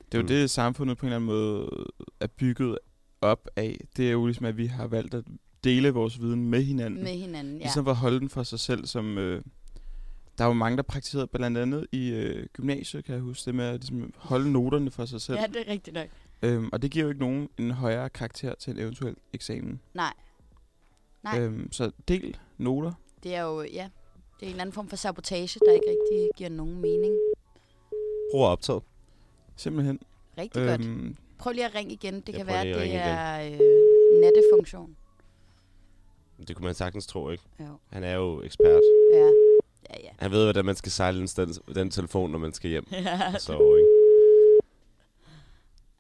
S5: Det er jo
S4: Mm.
S5: mm. det, samfundet på en eller anden måde er bygget op af. Det er jo ligesom, at vi har valgt at dele vores viden med hinanden.
S6: Med hinanden, ja.
S5: Ligesom for at holde den for sig selv, som... Øh, der er jo mange, der praktiserer blandt andet i øh, gymnasiet, kan jeg huske, det med at ligesom, holde noterne for sig selv.
S6: Ja, det er rigtigt nok.
S5: Øhm, og det giver jo ikke nogen en højere karakter til en eventuel eksamen.
S6: Nej. Nej.
S5: Øhm, så del noter.
S6: Det er jo, ja, det er en eller anden form for sabotage, der ikke rigtig giver nogen mening.
S4: Bruger optaget.
S5: Simpelthen.
S6: Rigtig øhm, godt. Prøv lige at ringe igen. Det
S4: Jeg
S6: kan
S4: prøver
S6: være, at
S4: lige at
S6: det
S4: ringe
S6: er øh, nattefunktion.
S4: Det kunne man sagtens tro, ikke?
S6: Jo,
S4: Han er jo ekspert.
S6: ja. Ja, ja.
S4: Han ved, hvordan man skal silence den, den telefon, når man skal hjem.
S6: (laughs) ja.
S4: Så, ikke?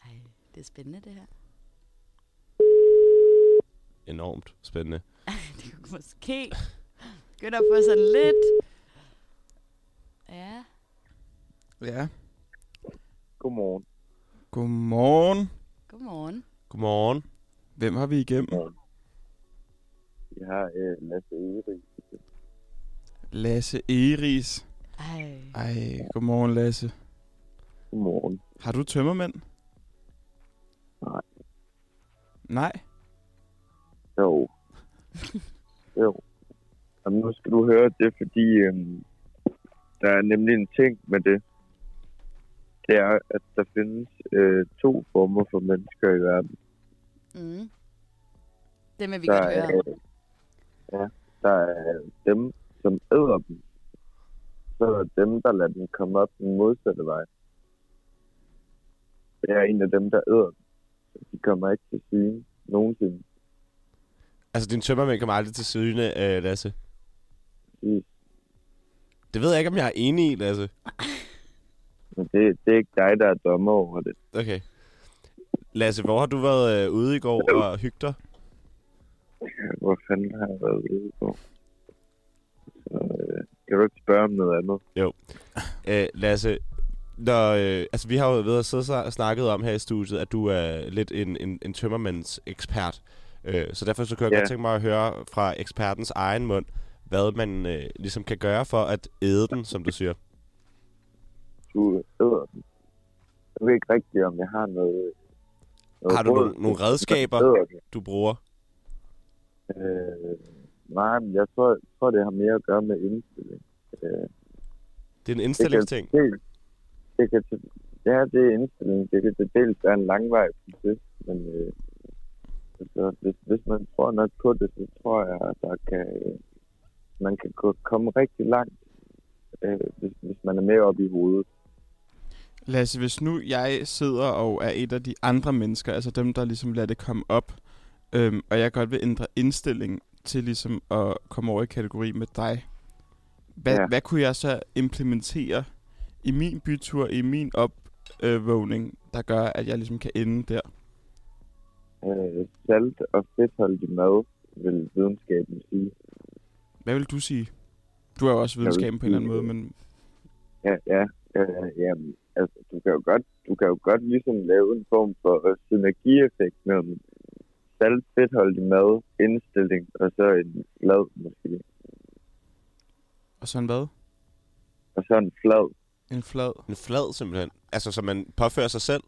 S6: Ej, det er spændende, det her. (laughs)
S4: Enormt spændende.
S6: Det kunne måske begynde at få sådan lidt... Ja.
S5: Ja.
S8: Godmorgen.
S5: Godmorgen.
S6: Godmorgen.
S4: Godmorgen.
S5: Hvem har vi igennem?
S8: Vi har øh, Lasse Erik.
S5: Lasse Eris.
S6: Ej.
S5: Ej, godmorgen Lasse.
S8: Godmorgen.
S5: Har du tømmermænd?
S8: Nej.
S5: Nej?
S8: Jo. jo. Jamen, nu skal du høre det, fordi øhm, der er nemlig en ting med det. Det er, at der findes øh, to former for mennesker i verden.
S6: Mm. Det vil vi
S8: der
S6: godt
S8: er,
S6: høre.
S8: ja, der er dem, som æder dem. Så er der dem, der lader dem komme op den modsatte vej. Det er en af dem, der æder dem. Så de kommer ikke til syne nogensinde.
S4: Altså, din tømmermænd kommer aldrig til syne, øh, Lasse.
S8: Mm.
S4: Det ved jeg ikke, om jeg er enig i, Lasse.
S8: Men det, det er ikke dig, der er dommer over det.
S4: Okay. Lasse, hvor har du været øh, ude i går og hygget dig?
S8: Hvor fanden har jeg været ude på? Så, øh, kan du ikke spørge om noget andet?
S4: Øh, Lasse, når, øh, altså, vi har jo ved at sidde og snakket om her i studiet, at du er lidt en, en, en tømmermands ekspert. Øh, så derfor så kunne jeg
S8: Ja.
S4: godt tænke mig at høre fra ekspertens egen mund, hvad man øh, ligesom kan gøre for at æde den, som du siger.
S8: Du æder dem. Jeg ved ikke rigtigt, om jeg har noget... noget
S4: Har du
S8: råd
S4: nogle,
S8: til,
S4: nogle
S8: hvordan man
S4: redskaber,
S8: æder dem.
S4: du bruger?
S8: Øh, nej, men jeg tror, tror, det har mere at gøre med indstilling. Øh,
S4: Det er en indstillingsting.
S8: dels, det kan til, ja, det er indstilling. Det kan til dels være en langvej proces, men øh, altså, hvis, hvis man tror nok på det, så tror jeg, at der kan, øh, man kan gå, komme rigtig langt, øh, hvis, hvis man er med op i hovedet.
S5: Lasse, hvis nu jeg sidder og er et af de andre mennesker, altså dem, der ligesom lader det komme op, øhm, og jeg godt vil ændre indstilling til ligesom at komme over i kategori med dig, hvad,
S8: Ja.
S5: ja. hvad kunne jeg så implementere i min bytur, i min opvågning, der gør, at jeg ligesom kan ende der?
S8: Øh, salt og fedtholdig mad, vil videnskaben sige.
S5: Hvad vil du sige? Du er jo også
S8: vil
S5: videnskaben på en eller anden
S8: sige-
S5: måde, men
S8: Ja, ja. Øh, jamen, altså, du kan, jo godt, du kan jo godt ligesom lave en form for øh, synergieffekt mellem salt, fedtholdig mad, indstilling og så en flad måske.
S5: og sådan hvad?
S8: Og så en flad.
S5: En flad?
S4: En flad, simpelthen. Altså, så man påfører sig selv.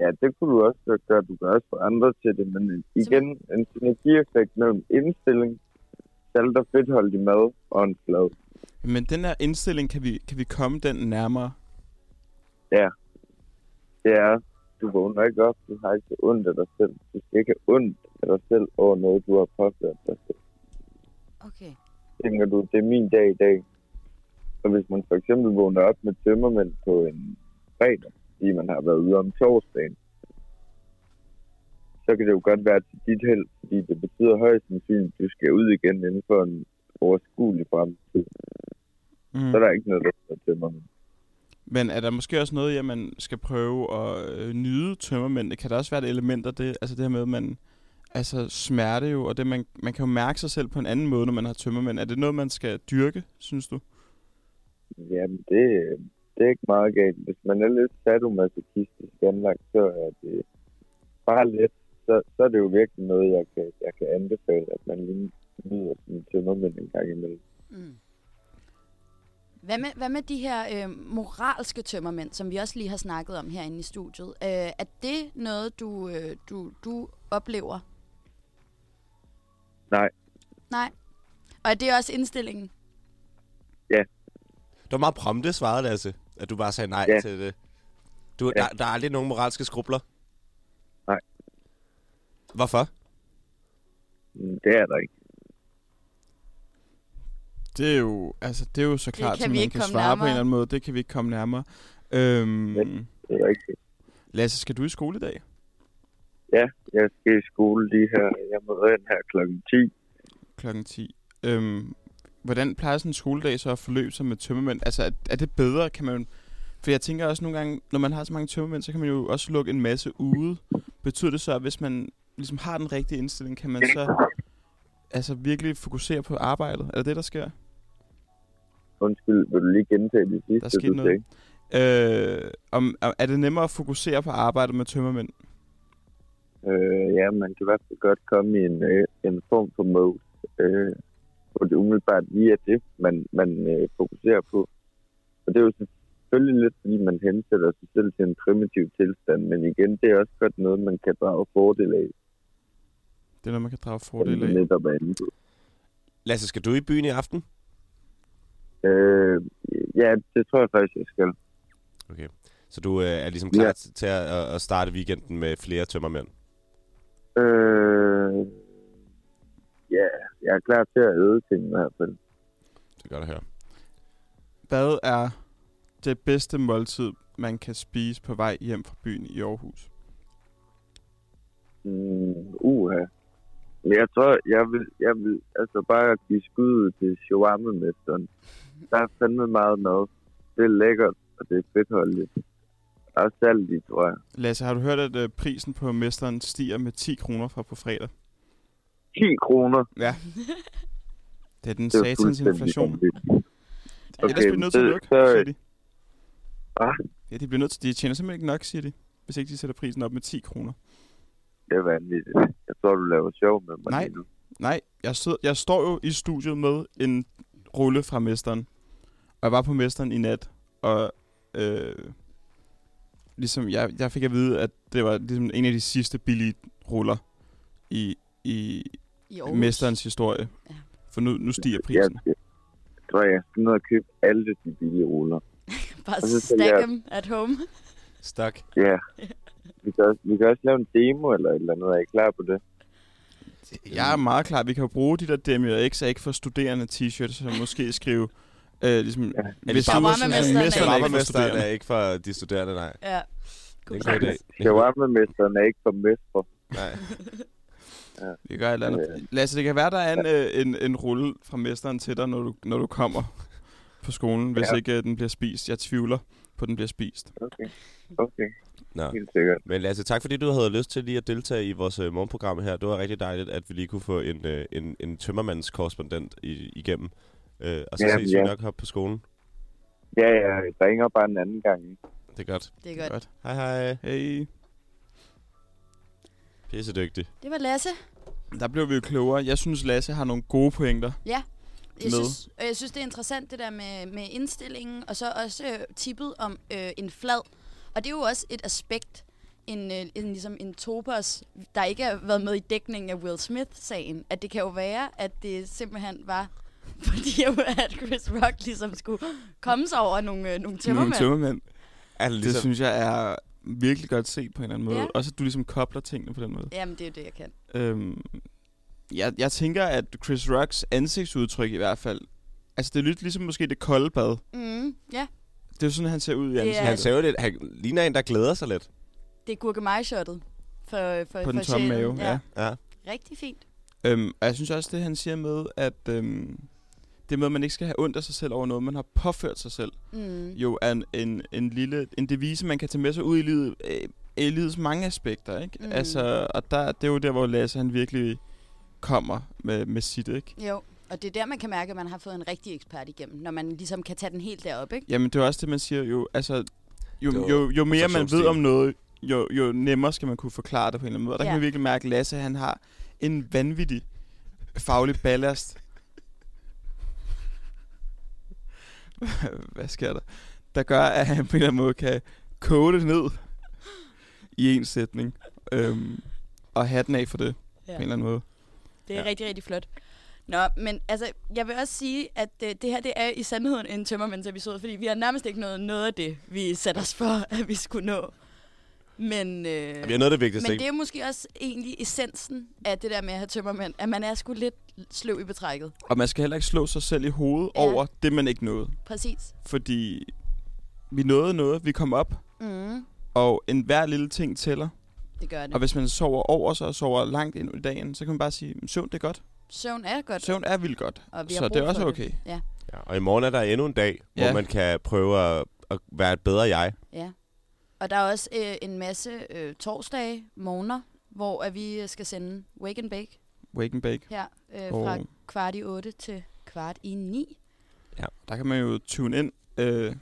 S8: Ja, det kunne du også godt gøre. Du kan også få andre til det, men en- igen en synergieffekt mellem indstilling, salt og fedtholdig mad og en flad.
S5: Men den her indstilling, kan vi, kan vi komme den nærmere?
S8: det er, du vågner ikke op, du har ikke det ondt af dig selv. Du skal ikke have ondt af dig selv over noget, du har påført dig selv.
S6: Okay.
S8: Tænker du, det er min dag i dag. Og hvis man for eksempel vågner op med tømmermænd på en fredag, fordi man har været ude om torsdagen, så kan det jo godt være til dit held, fordi det betyder højst sandsynligt, at du skal ud igen inden for en overskuelig fremtid.
S5: Mm.
S8: Så er der ikke noget, der hedder tømmermænd.
S5: Men er der måske også noget i, at man skal prøve at øh, nyde tømmermændene? Kan der også være et element af det, altså det her med, at man altså smerte jo, og det, man, man kan jo mærke sig selv på en anden måde, når man har tømmermænd. Er det noget, man skal dyrke, synes du?
S8: Jamen, det, det er ikke meget galt. Hvis man er lidt sadomasochistisk anlagt, så er det bare lidt. Så, så er det jo virkelig noget, jeg kan, jeg kan anbefale, at man lige nyder sin tømmermænd en gang imellem.
S6: Mm. Hvad, med, hvad med de her øh, moralske tømmermænd, som vi også lige har snakket om herinde i studiet? Øh, er det noget, du, øh, du, du oplever?
S8: Nej.
S6: Nej. Og er det også indstillingen?
S4: Det var meget prompte svaret, Lasse, at du bare sagde nej
S8: Ja.
S4: til det. Du,
S8: Ja.
S4: der, der er aldrig nogen moralske skrubler.
S8: Nej.
S4: Hvorfor?
S8: Mm, Det er der ikke.
S5: Det er jo, altså, det er jo så klart,
S6: kan
S5: at
S6: vi
S5: man
S6: ikke
S5: kan
S6: komme
S5: svare på en
S6: nærmere.
S5: eller anden måde. Det kan vi ikke komme nærmere. Øhm,
S8: Ja. Det er rigtigt.
S5: Lasse, skal du i skole i dag?
S8: Ja, jeg skal i skole lige her. Jeg møder ind her klokken 10.
S5: Klokken 10. Øhm, hvordan plejer sådan en skoledag så at forløbe sig med tømmermænd? Altså, er, er det bedre? Kan man... For jeg tænker også nogle gange, når man har så mange tømmermænd, så kan man jo også lukke en masse ude. Betyder det så, at hvis man ligesom har den rigtige indstilling, kan man så altså virkelig fokusere på arbejdet? Er det det, der sker?
S8: Undskyld, vil du lige gentage det sidste,
S5: skete
S8: du
S5: noget.
S8: sagde?
S5: Øh, om, om- er det nemmere at fokusere på arbejdet med tømmermænd?
S8: Øh, ja, man kan i hvert fald godt komme i en, øh, en form for mode, øh, hvor det umiddelbart lige er det, man, man øh, fokuserer på. Og det er jo selvfølgelig lidt, fordi man hensætter sig selv til en primitiv tilstand, men igen, det er også godt noget, man kan drage fordel af,
S5: Det er noget, man kan drage fordel
S8: som
S5: af.
S8: du netop er inde på.
S4: Lasse, skal du i byen i aften?
S8: Øh, ja, det tror jeg faktisk, jeg skal.
S4: Så du øh, er ligesom klar
S8: Ja.
S4: ja. til at, at- at starte weekenden med flere tømmermænd.
S8: Øh, ja, jeg er klar til at æde ting i hvert fald.
S4: Det gør det her.
S5: Hvad er det bedste måltid, man kan spise på vej hjem fra byen i Aarhus?
S8: Mm, uha. Men jeg tror, jeg vil, jeg vil altså bare give skud ud til shawarma-mesteren. Der er fandme meget mad. Det er lækkert, og det er fedtholdigt. Der er salt i, tror jeg.
S5: Lasse, har du hørt, at øh, prisen på mesteren stiger med 10 kroner fra på fredag?
S8: 10 kroner.
S5: Ja. (laughs) Det er den
S8: Det er jo
S5: satans
S8: fuldstændig
S5: inflation.
S8: vanvittigt.
S5: Okay, Ellers bliver de nødt til at
S8: det-
S5: lukke,
S8: så- Ah,
S5: siger de.
S8: Hva?
S5: Ja, de bliver nødt til, de tjener simpelthen ikke nok, siger de, hvis ikke de sætter prisen op med 10 kroner.
S8: Det er vanvittigt. Jeg tror, du laver sjov med mig.
S5: Nej.
S8: lige nu.
S5: Nej, jeg, sidder, jeg står jo i studiet med en rulle fra mesteren. Og jeg var på mesteren i nat, og øh, ligesom jeg, jeg fik at vide, at det var ligesom en af de sidste billige ruller i, i
S6: I Aarhus?
S5: mesterens historie.
S6: Ja.
S5: For nu, nu stiger
S8: Jeg,
S5: prisen.
S8: jeg tror, jeg skal ned og købe alle de billige ruller. Og
S6: Bare
S8: så skal
S6: stack
S8: jeg-
S6: dem at home.
S4: Stak.
S5: (laughs)
S8: Ja. Vi kan, også, vi kan også lave en demo eller et eller andet. Er I klar på det?
S5: Jeg er meget klar. Vi kan jo bruge de der Demir X ikke for studerende t-shirts, så måske skrive... Øh, ligesom, ja.
S4: Hvis du
S6: Shawarma-mesteren er ikke-
S5: mesteren er ikke for
S4: Shawarma-mesteren er
S5: studerende.
S4: ikke for de studerende, nej.
S6: Ja.
S4: Det er en god idé.
S8: Shawarma-mesteren er ikke for mestre.
S4: Nej.
S5: Vi gør et eller andet. Lasse, det kan være, der er en, øh, en, en rulle fra mesteren til dig, når du, når du kommer på skolen, hvis
S8: Ja.
S5: ikke øh, den bliver spist. Jeg tvivler på, at den bliver spist.
S8: Okay. Okay,
S4: Nå.
S8: helt sikkert.
S4: Men Lasse, tak fordi du havde lyst til lige at deltage i vores øh, morgenprogram her. Det var rigtig dejligt, at vi lige kunne få en, øh, en, en tømmermandskorrespondent i, igennem. Øh, og så
S8: Ja,
S4: ses
S8: ja.
S4: vi nok her på skolen.
S8: Ja, jeg ringer bare en anden gang. ikke?
S4: Det er godt.
S6: Det er godt.
S5: Godt.
S4: Hej hej.
S5: Hey.
S4: Pisse dygtig.
S6: Det var Lasse.
S5: Der blev vi jo klogere. Jeg synes, Lasse har nogle gode pointer.
S6: Jeg
S5: med.
S6: synes, og jeg synes, det er interessant, det der med, med indstillingen, og så også øh, tippet om øh, en flad. Og det er jo også et aspekt, en, øh, en, ligesom en topos, der ikke har været med i dækningen af Will Smith-sagen. At det kan jo være, at det simpelthen var (laughs) Fordi jeg, at Chris Rock ligesom skulle komme sig over nogle, øh, nogle
S5: Nogle
S6: tømmermænd.
S5: tømmermænd.
S4: Er det
S5: Det
S4: ligesom,
S5: synes jeg er virkelig godt set på en eller anden måde.
S6: Ja.
S5: Også at du ligesom kobler tingene på den måde.
S6: Jamen, det er jo det, jeg kan.
S5: Øhm, jeg, jeg tænker, at Chris Rocks ansigtsudtryk i hvert fald... Altså, det er lidt ligesom måske det kolde bad.
S6: Mm, ja,
S5: Det er jo sådan, han ser ud i
S6: Det er-
S5: ansigtet.
S4: han ser jo lidt, han ligner en, der glæder sig lidt.
S6: det er gurkemaj-shottet. For, for,
S5: på den
S6: for
S5: tomme
S6: sjælen.
S5: mave. Ja.
S4: Ja.
S6: Rigtig fint.
S5: Øhm, og jeg synes også, det han siger med, at øhm, det med, at man ikke skal have ondt af sig selv over noget, man har påført sig selv,
S6: Mm.
S5: jo er en, en, en lille en devise, man kan tage med sig ud i livet, øh, i livets mange aspekter, ikke?
S6: Mm.
S5: Mm. Altså, og der, det er jo der, hvor Lasse han virkelig kommer med, med sit, ikke?
S6: Jo, og det er der, man kan mærke, at man har fået en rigtig ekspert igennem, når man ligesom kan tage den helt derop, ikke?
S5: Jamen, det er jo også det, man siger jo, altså, jo,
S4: Det var
S5: jo, jo, jo mere man ved
S4: præstationsstilen.
S5: om noget, jo, jo nemmere skal man kunne forklare det på en eller anden måde. Og der
S6: Ja.
S5: kan man virkelig mærke, at Lasse, han har en vanvittig faglig ballast. Hvad sker der? Der gør, at han på en eller anden måde kan koge det ned i en sætning. Øhm, og hatten af for det, ja. på en eller anden måde.
S6: Det er ja.
S4: Ja.
S6: rigtig, rigtig flot. Nå, men altså, jeg vil også sige, at øh, det her, det er i sandheden en tømmermændsepisode, fordi vi har nærmest ikke nået noget af det, vi satte os for, at vi skulle nå. Men, øh,
S4: Vi er noget af det vigtigste,
S6: men det
S4: ikke?
S6: er måske også egentlig essensen af det der med at have tømmermænd, at man er sgu lidt sløv i betrækket.
S5: Og man skal heller ikke slå sig selv i hovedet
S6: Ja.
S5: ja. over det, man ikke nåede.
S6: Præcis.
S5: Fordi vi nåede noget, vi kom op,
S6: Mm,
S5: Og en hver lille ting tæller.
S6: det gør
S5: Og
S6: det.
S5: hvis man sover over sig og sover langt ind i dagen, så kan man bare sige, "Men søvn det er godt.
S6: Søvn er godt,
S5: Søvn er vildt godt.
S6: og vi har
S5: Så
S6: brug
S5: det er også
S6: for
S5: okay. Det.
S6: Ja,
S4: Ja, og i morgen er der endnu en dag, ja.
S5: Ja.
S4: hvor man kan prøve at, at være et bedre jeg.
S6: ja. Og der er også øh, en masse øh, torsdage, morgener, hvor at vi øh, skal sende Wake and Bake.
S5: Wake and bake.
S6: her øh,
S5: Og-
S6: fra kvart i 8 til kvart i 9.
S5: Ja. Der kan man jo tune ind, øh,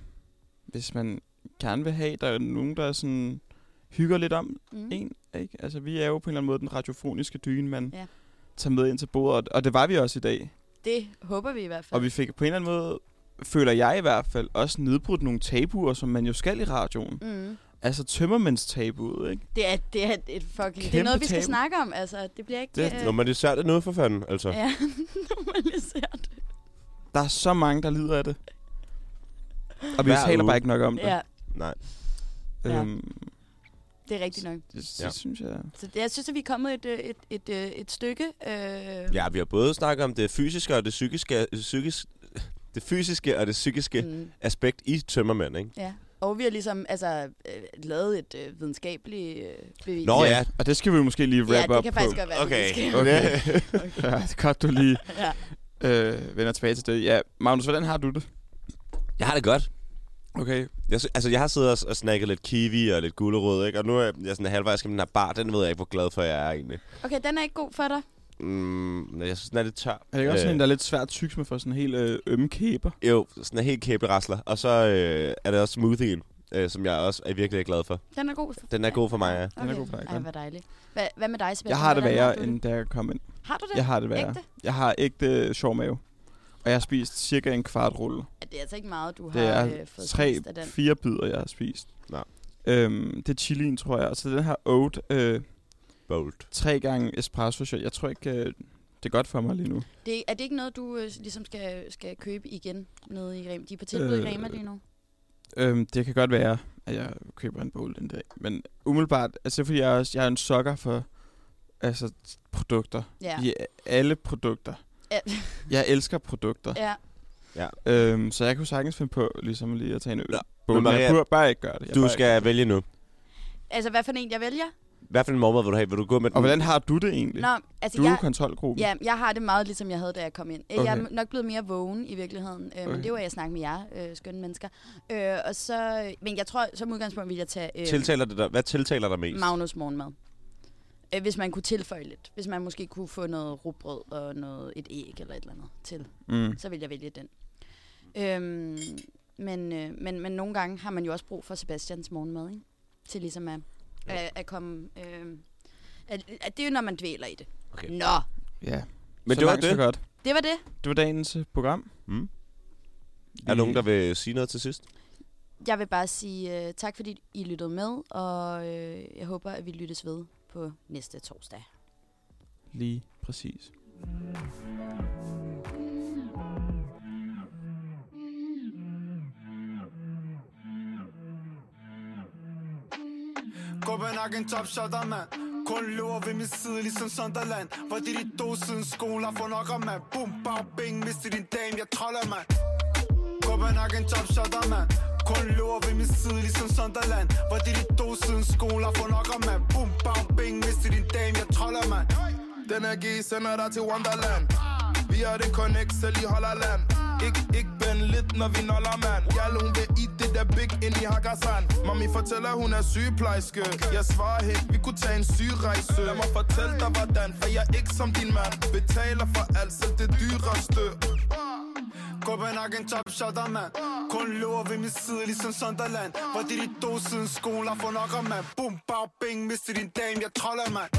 S5: hvis man gerne vil have. Der er nogen, der sådan hygger lidt om
S6: Mm.
S5: en. Ikke? Altså, vi er jo på en eller anden måde den radiofoniske dyne, man
S6: Ja.
S5: ja. tager med ind til bordet. Og det var vi også i dag.
S6: Det håber vi i hvert fald.
S5: Og vi fik på en eller anden måde, føler jeg i hvert fald, også nedbrudt nogle tabuer, som man jo skal i radioen.
S6: mm.
S5: Altså tømmermænds-tabuet, ikke?
S6: det, er, det er et fucking... det er
S5: Kæmpe
S6: noget, vi skal
S5: tabu.
S6: snakke om. Altså, det bliver ikke...
S5: Det er
S4: Ja. Når man det ser det nu for fanden, altså. Ja.
S6: ja, (laughs) normaliseret.
S5: Der er så mange, der lider af det. Og vi
S4: Hver
S5: taler
S4: uge.
S5: bare ikke nok om det.
S6: Ja,
S4: Nej.
S6: Ja.
S5: Øhm,
S6: det er rigtigt nok.
S5: det, det
S4: Ja.
S5: ja. synes jeg...
S6: Så det, jeg synes, at vi er kommet et, øh, et, et, øh, et stykke. Øh,
S4: Ja, vi har både snakket om det fysiske og det psykiske, psykisk, det fysiske og det psykiske mm.
S6: Mm,
S4: aspekt i tømmermænd, ikke?
S6: ja. Og vi har ligesom altså, øh, lavet et øh, videnskabeligt øh, bevis.
S4: Nå, ja.
S5: Og det skal vi måske lige
S6: ja,
S5: wrap
S6: det
S5: up
S6: kan
S5: på.
S6: faktisk godt være, det vi skal.
S5: Okay.
S6: Okay.
S5: (laughs) Ja, det er godt, du lige
S6: ja.
S5: øh, vender tilbage til det. Ja, Magnus, hvordan har du det?
S4: Jeg har det godt.
S5: Okay.
S4: Jeg, sy- altså, jeg har siddet og, og snakket lidt kiwi og lidt gulerod, ikke? Og nu er jeg sådan halvvejs gennem den her bar. Den ved jeg ikke, hvor glad for jeg er egentlig.
S6: okay, den er ikke god for dig.
S4: Mm, jeg synes, den er lidt tør.
S5: Er det ikke også sådan en, der er lidt svært tyks med for sådan en helt øh, ømme kæber?
S4: Jo, sådan en helt kæberasler. Og så øh, er der også smoothien, øh, som jeg også er virkelig glad for.
S6: Den er god. For,
S4: Den er god for mig, ja.
S5: Den er god for dig,
S6: Ej,
S5: godt.
S6: hvor dejligt. Hva, hvad med dig, Sebastian?
S5: Jeg har det
S6: Hvordan
S5: værre,
S6: du
S5: end da jeg kom ind.
S6: Har du det?
S5: Jeg har det værre.
S6: Ægte?
S5: Jeg har ægte øh, sjov mave. Og jeg har spist cirka en kvart rulle.
S6: Ja, det er altså ikke meget, du
S5: Det
S6: har
S5: er
S6: øh, fået
S5: tre,
S6: spist af den.
S5: fire bidder, jeg har spist.
S4: Nå.
S5: Øhm, det er chilien, tror jeg. Og så den her oat, øh,
S4: Bold.
S5: tre gange espresso shot. Jeg tror ikke, øh, det er godt for mig lige nu.
S6: Det, er det ikke noget, du øh, ligesom skal, skal købe igen nede i Rema? De er på tilbud øh, i
S5: Øh,
S6: Rema lige nu.
S5: Øhm, det kan godt være, at jeg køber en bowl den dag. Men umiddelbart, altså det er fordi jeg er, også, jeg er en sokker for altså, produkter.
S6: Ja.
S5: Ja. alle produkter.
S6: Ja.
S5: Jeg elsker produkter.
S6: ja.
S5: Øhm, så jeg kunne sagtens finde på ligesom lige at tage en øl.
S4: Nå,
S5: bowl,
S4: men
S5: men jeg
S4: Maria,
S5: burde bare ikke gøre det. Jeg
S4: Du
S5: bare ikke
S4: skal
S5: gøre det.
S4: vælge nu.
S6: Altså, hvad for en jeg vælger?
S4: Hvad for en mormor vil du have? Vil du gå med den?
S5: Og hvordan har du det egentlig?
S6: Nå, altså,
S5: du er jo
S6: jeg,
S5: kontrolgruppen.
S6: ja, jeg har det meget ligesom jeg havde, da jeg kom ind. Okay. Jeg er
S5: Okay.
S6: nok blevet mere vågen i virkeligheden, øh, men
S5: Okay.
S6: det var, jeg snakkede med jer, øh, skønne mennesker. Øh, og så, men jeg tror, som udgangspunkt vil jeg tage øh,
S4: tiltaler det dig? Hvad tiltaler dig mest?
S6: Magnus morgenmad. Øh, Hvis man kunne tilføje lidt. Hvis man måske kunne få noget rugbrød og noget, et æg eller et eller andet til.
S5: Mm.
S6: så vil jeg vælge den. Øhm, men, øh, men, men nogle gange har man jo også brug for Sebastians morgenmad, ikke? Til ligesom at, at, at komme... Øh, at, at det er jo, når man dvæler i det.
S4: Okay.
S6: Nå,
S5: Ja.
S4: Men
S5: så
S4: det var
S5: langt,
S4: det.
S5: Så godt.
S6: det var det.
S5: Det var dagens øh, program.
S4: Mm. Er
S5: Vi-
S4: der nogen, der vil sige noget til sidst?
S6: Jeg vil bare sige øh, tak, fordi I lyttede med, og øh, jeg håber, at vi lyttes ved på næste torsdag.
S5: Lige præcis.
S9: Copenhagen top shotter, mand Kun løber ved min side, ligesom Sunderland Hvor de de to siden skole har fået nok om, mand Boom, bag, bing, mister din dame, jeg troller, mand Copenhagen top shotter, mand Kun løber ved min side, ligesom Sunderland Hvor de de to siden skole har fået nok om, mand Boom, bag, bing, mister din dame, jeg troller, mand
S10: Den er G, sender dig til Wonderland Vi er det connect, selv i Holland Ik, ik ben lidt, når vi noller, mand Jal, hun vil i det der big ind i Hakkasan Mami fortæller, hun er sygeplejerske Jeg svarer helt, vi kunne tage en sygerejse Lad mig fortælle dig, hvordan, for jeg er ikke som din mand Betaler for alt, selv det dyreste
S9: Copenhagen top shotter, mand Kun løber ved min side, ligesom Sunderland Hvor de de to siden skole har fået nok om, mand Boom, bag, bing, mister din dame, jeg troller, mand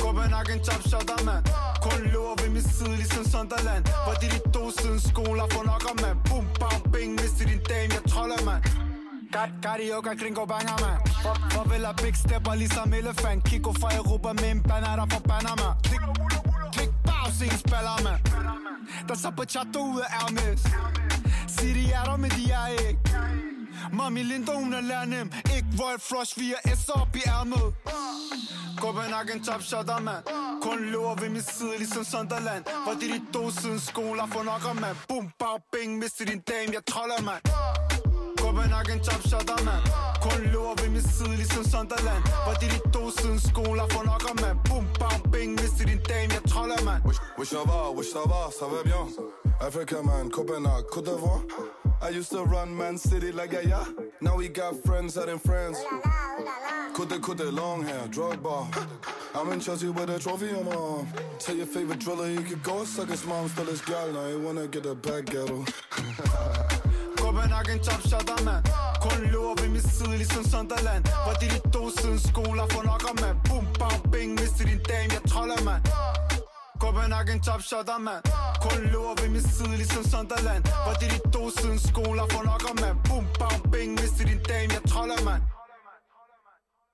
S9: Copenhagen top shotter, mand Kun løber ved min side, ligesom Sunderland Hvor de de to siden skole har fået nok om, mand Boom, bag, bing, mister din dame, jeg troller, mand Kat, karaoke, gringo, banger, mand For- Farvel og big stepper, ligesom elefant Kiko fra Europa med en banana fra Panama Klik, klik, pause, en spiller, mand Der så på chatter ud af Hermes Sig de er der, men de er ikke Mami Linda, hun er lærnem Ikke Royal Flush, vi er S op i ærmet Copenhagen top shotter, mand Kun løber ved min side, ligesom Sunderland Hvor de de to siden skole har fået nok om, mand Boom, bag, bing, mister din dame, jeg troller, mand Copenhagen top shotter, mand Kun løber ved min side, ligesom Sunderland Hvor de de to siden skole har fået nok om, mand Boom, bag, bing, mister din dame, jeg troller, mand
S10: Oui, oui, ça va, oui, ça va, ça va bien. Africa, man, Copenhague, Côte d'Ivoire. I used to run Man City like Gaia. Now we got friends out in France. Côte Côte, long hair, drug bar. I'm in Chelsea with a trophy on my arm. Tell your favorite driller he could go suck his mom, still his gal. Now he wanna get a back ghetto.
S9: Copenhagen top shotter, mand Kun løber ved min side, ligesom Sunderland Hvor de de to siden skole har fået nok om, mand Boom, bang, bing, mister din dame, jeg troller, mand Copenhagen top shotter, mand Kun løber ved min side, ligesom Sunderland Hvor de de to siden skole har fået nok om, mand Boom, bang, bing, mister din dame, jeg troller, mand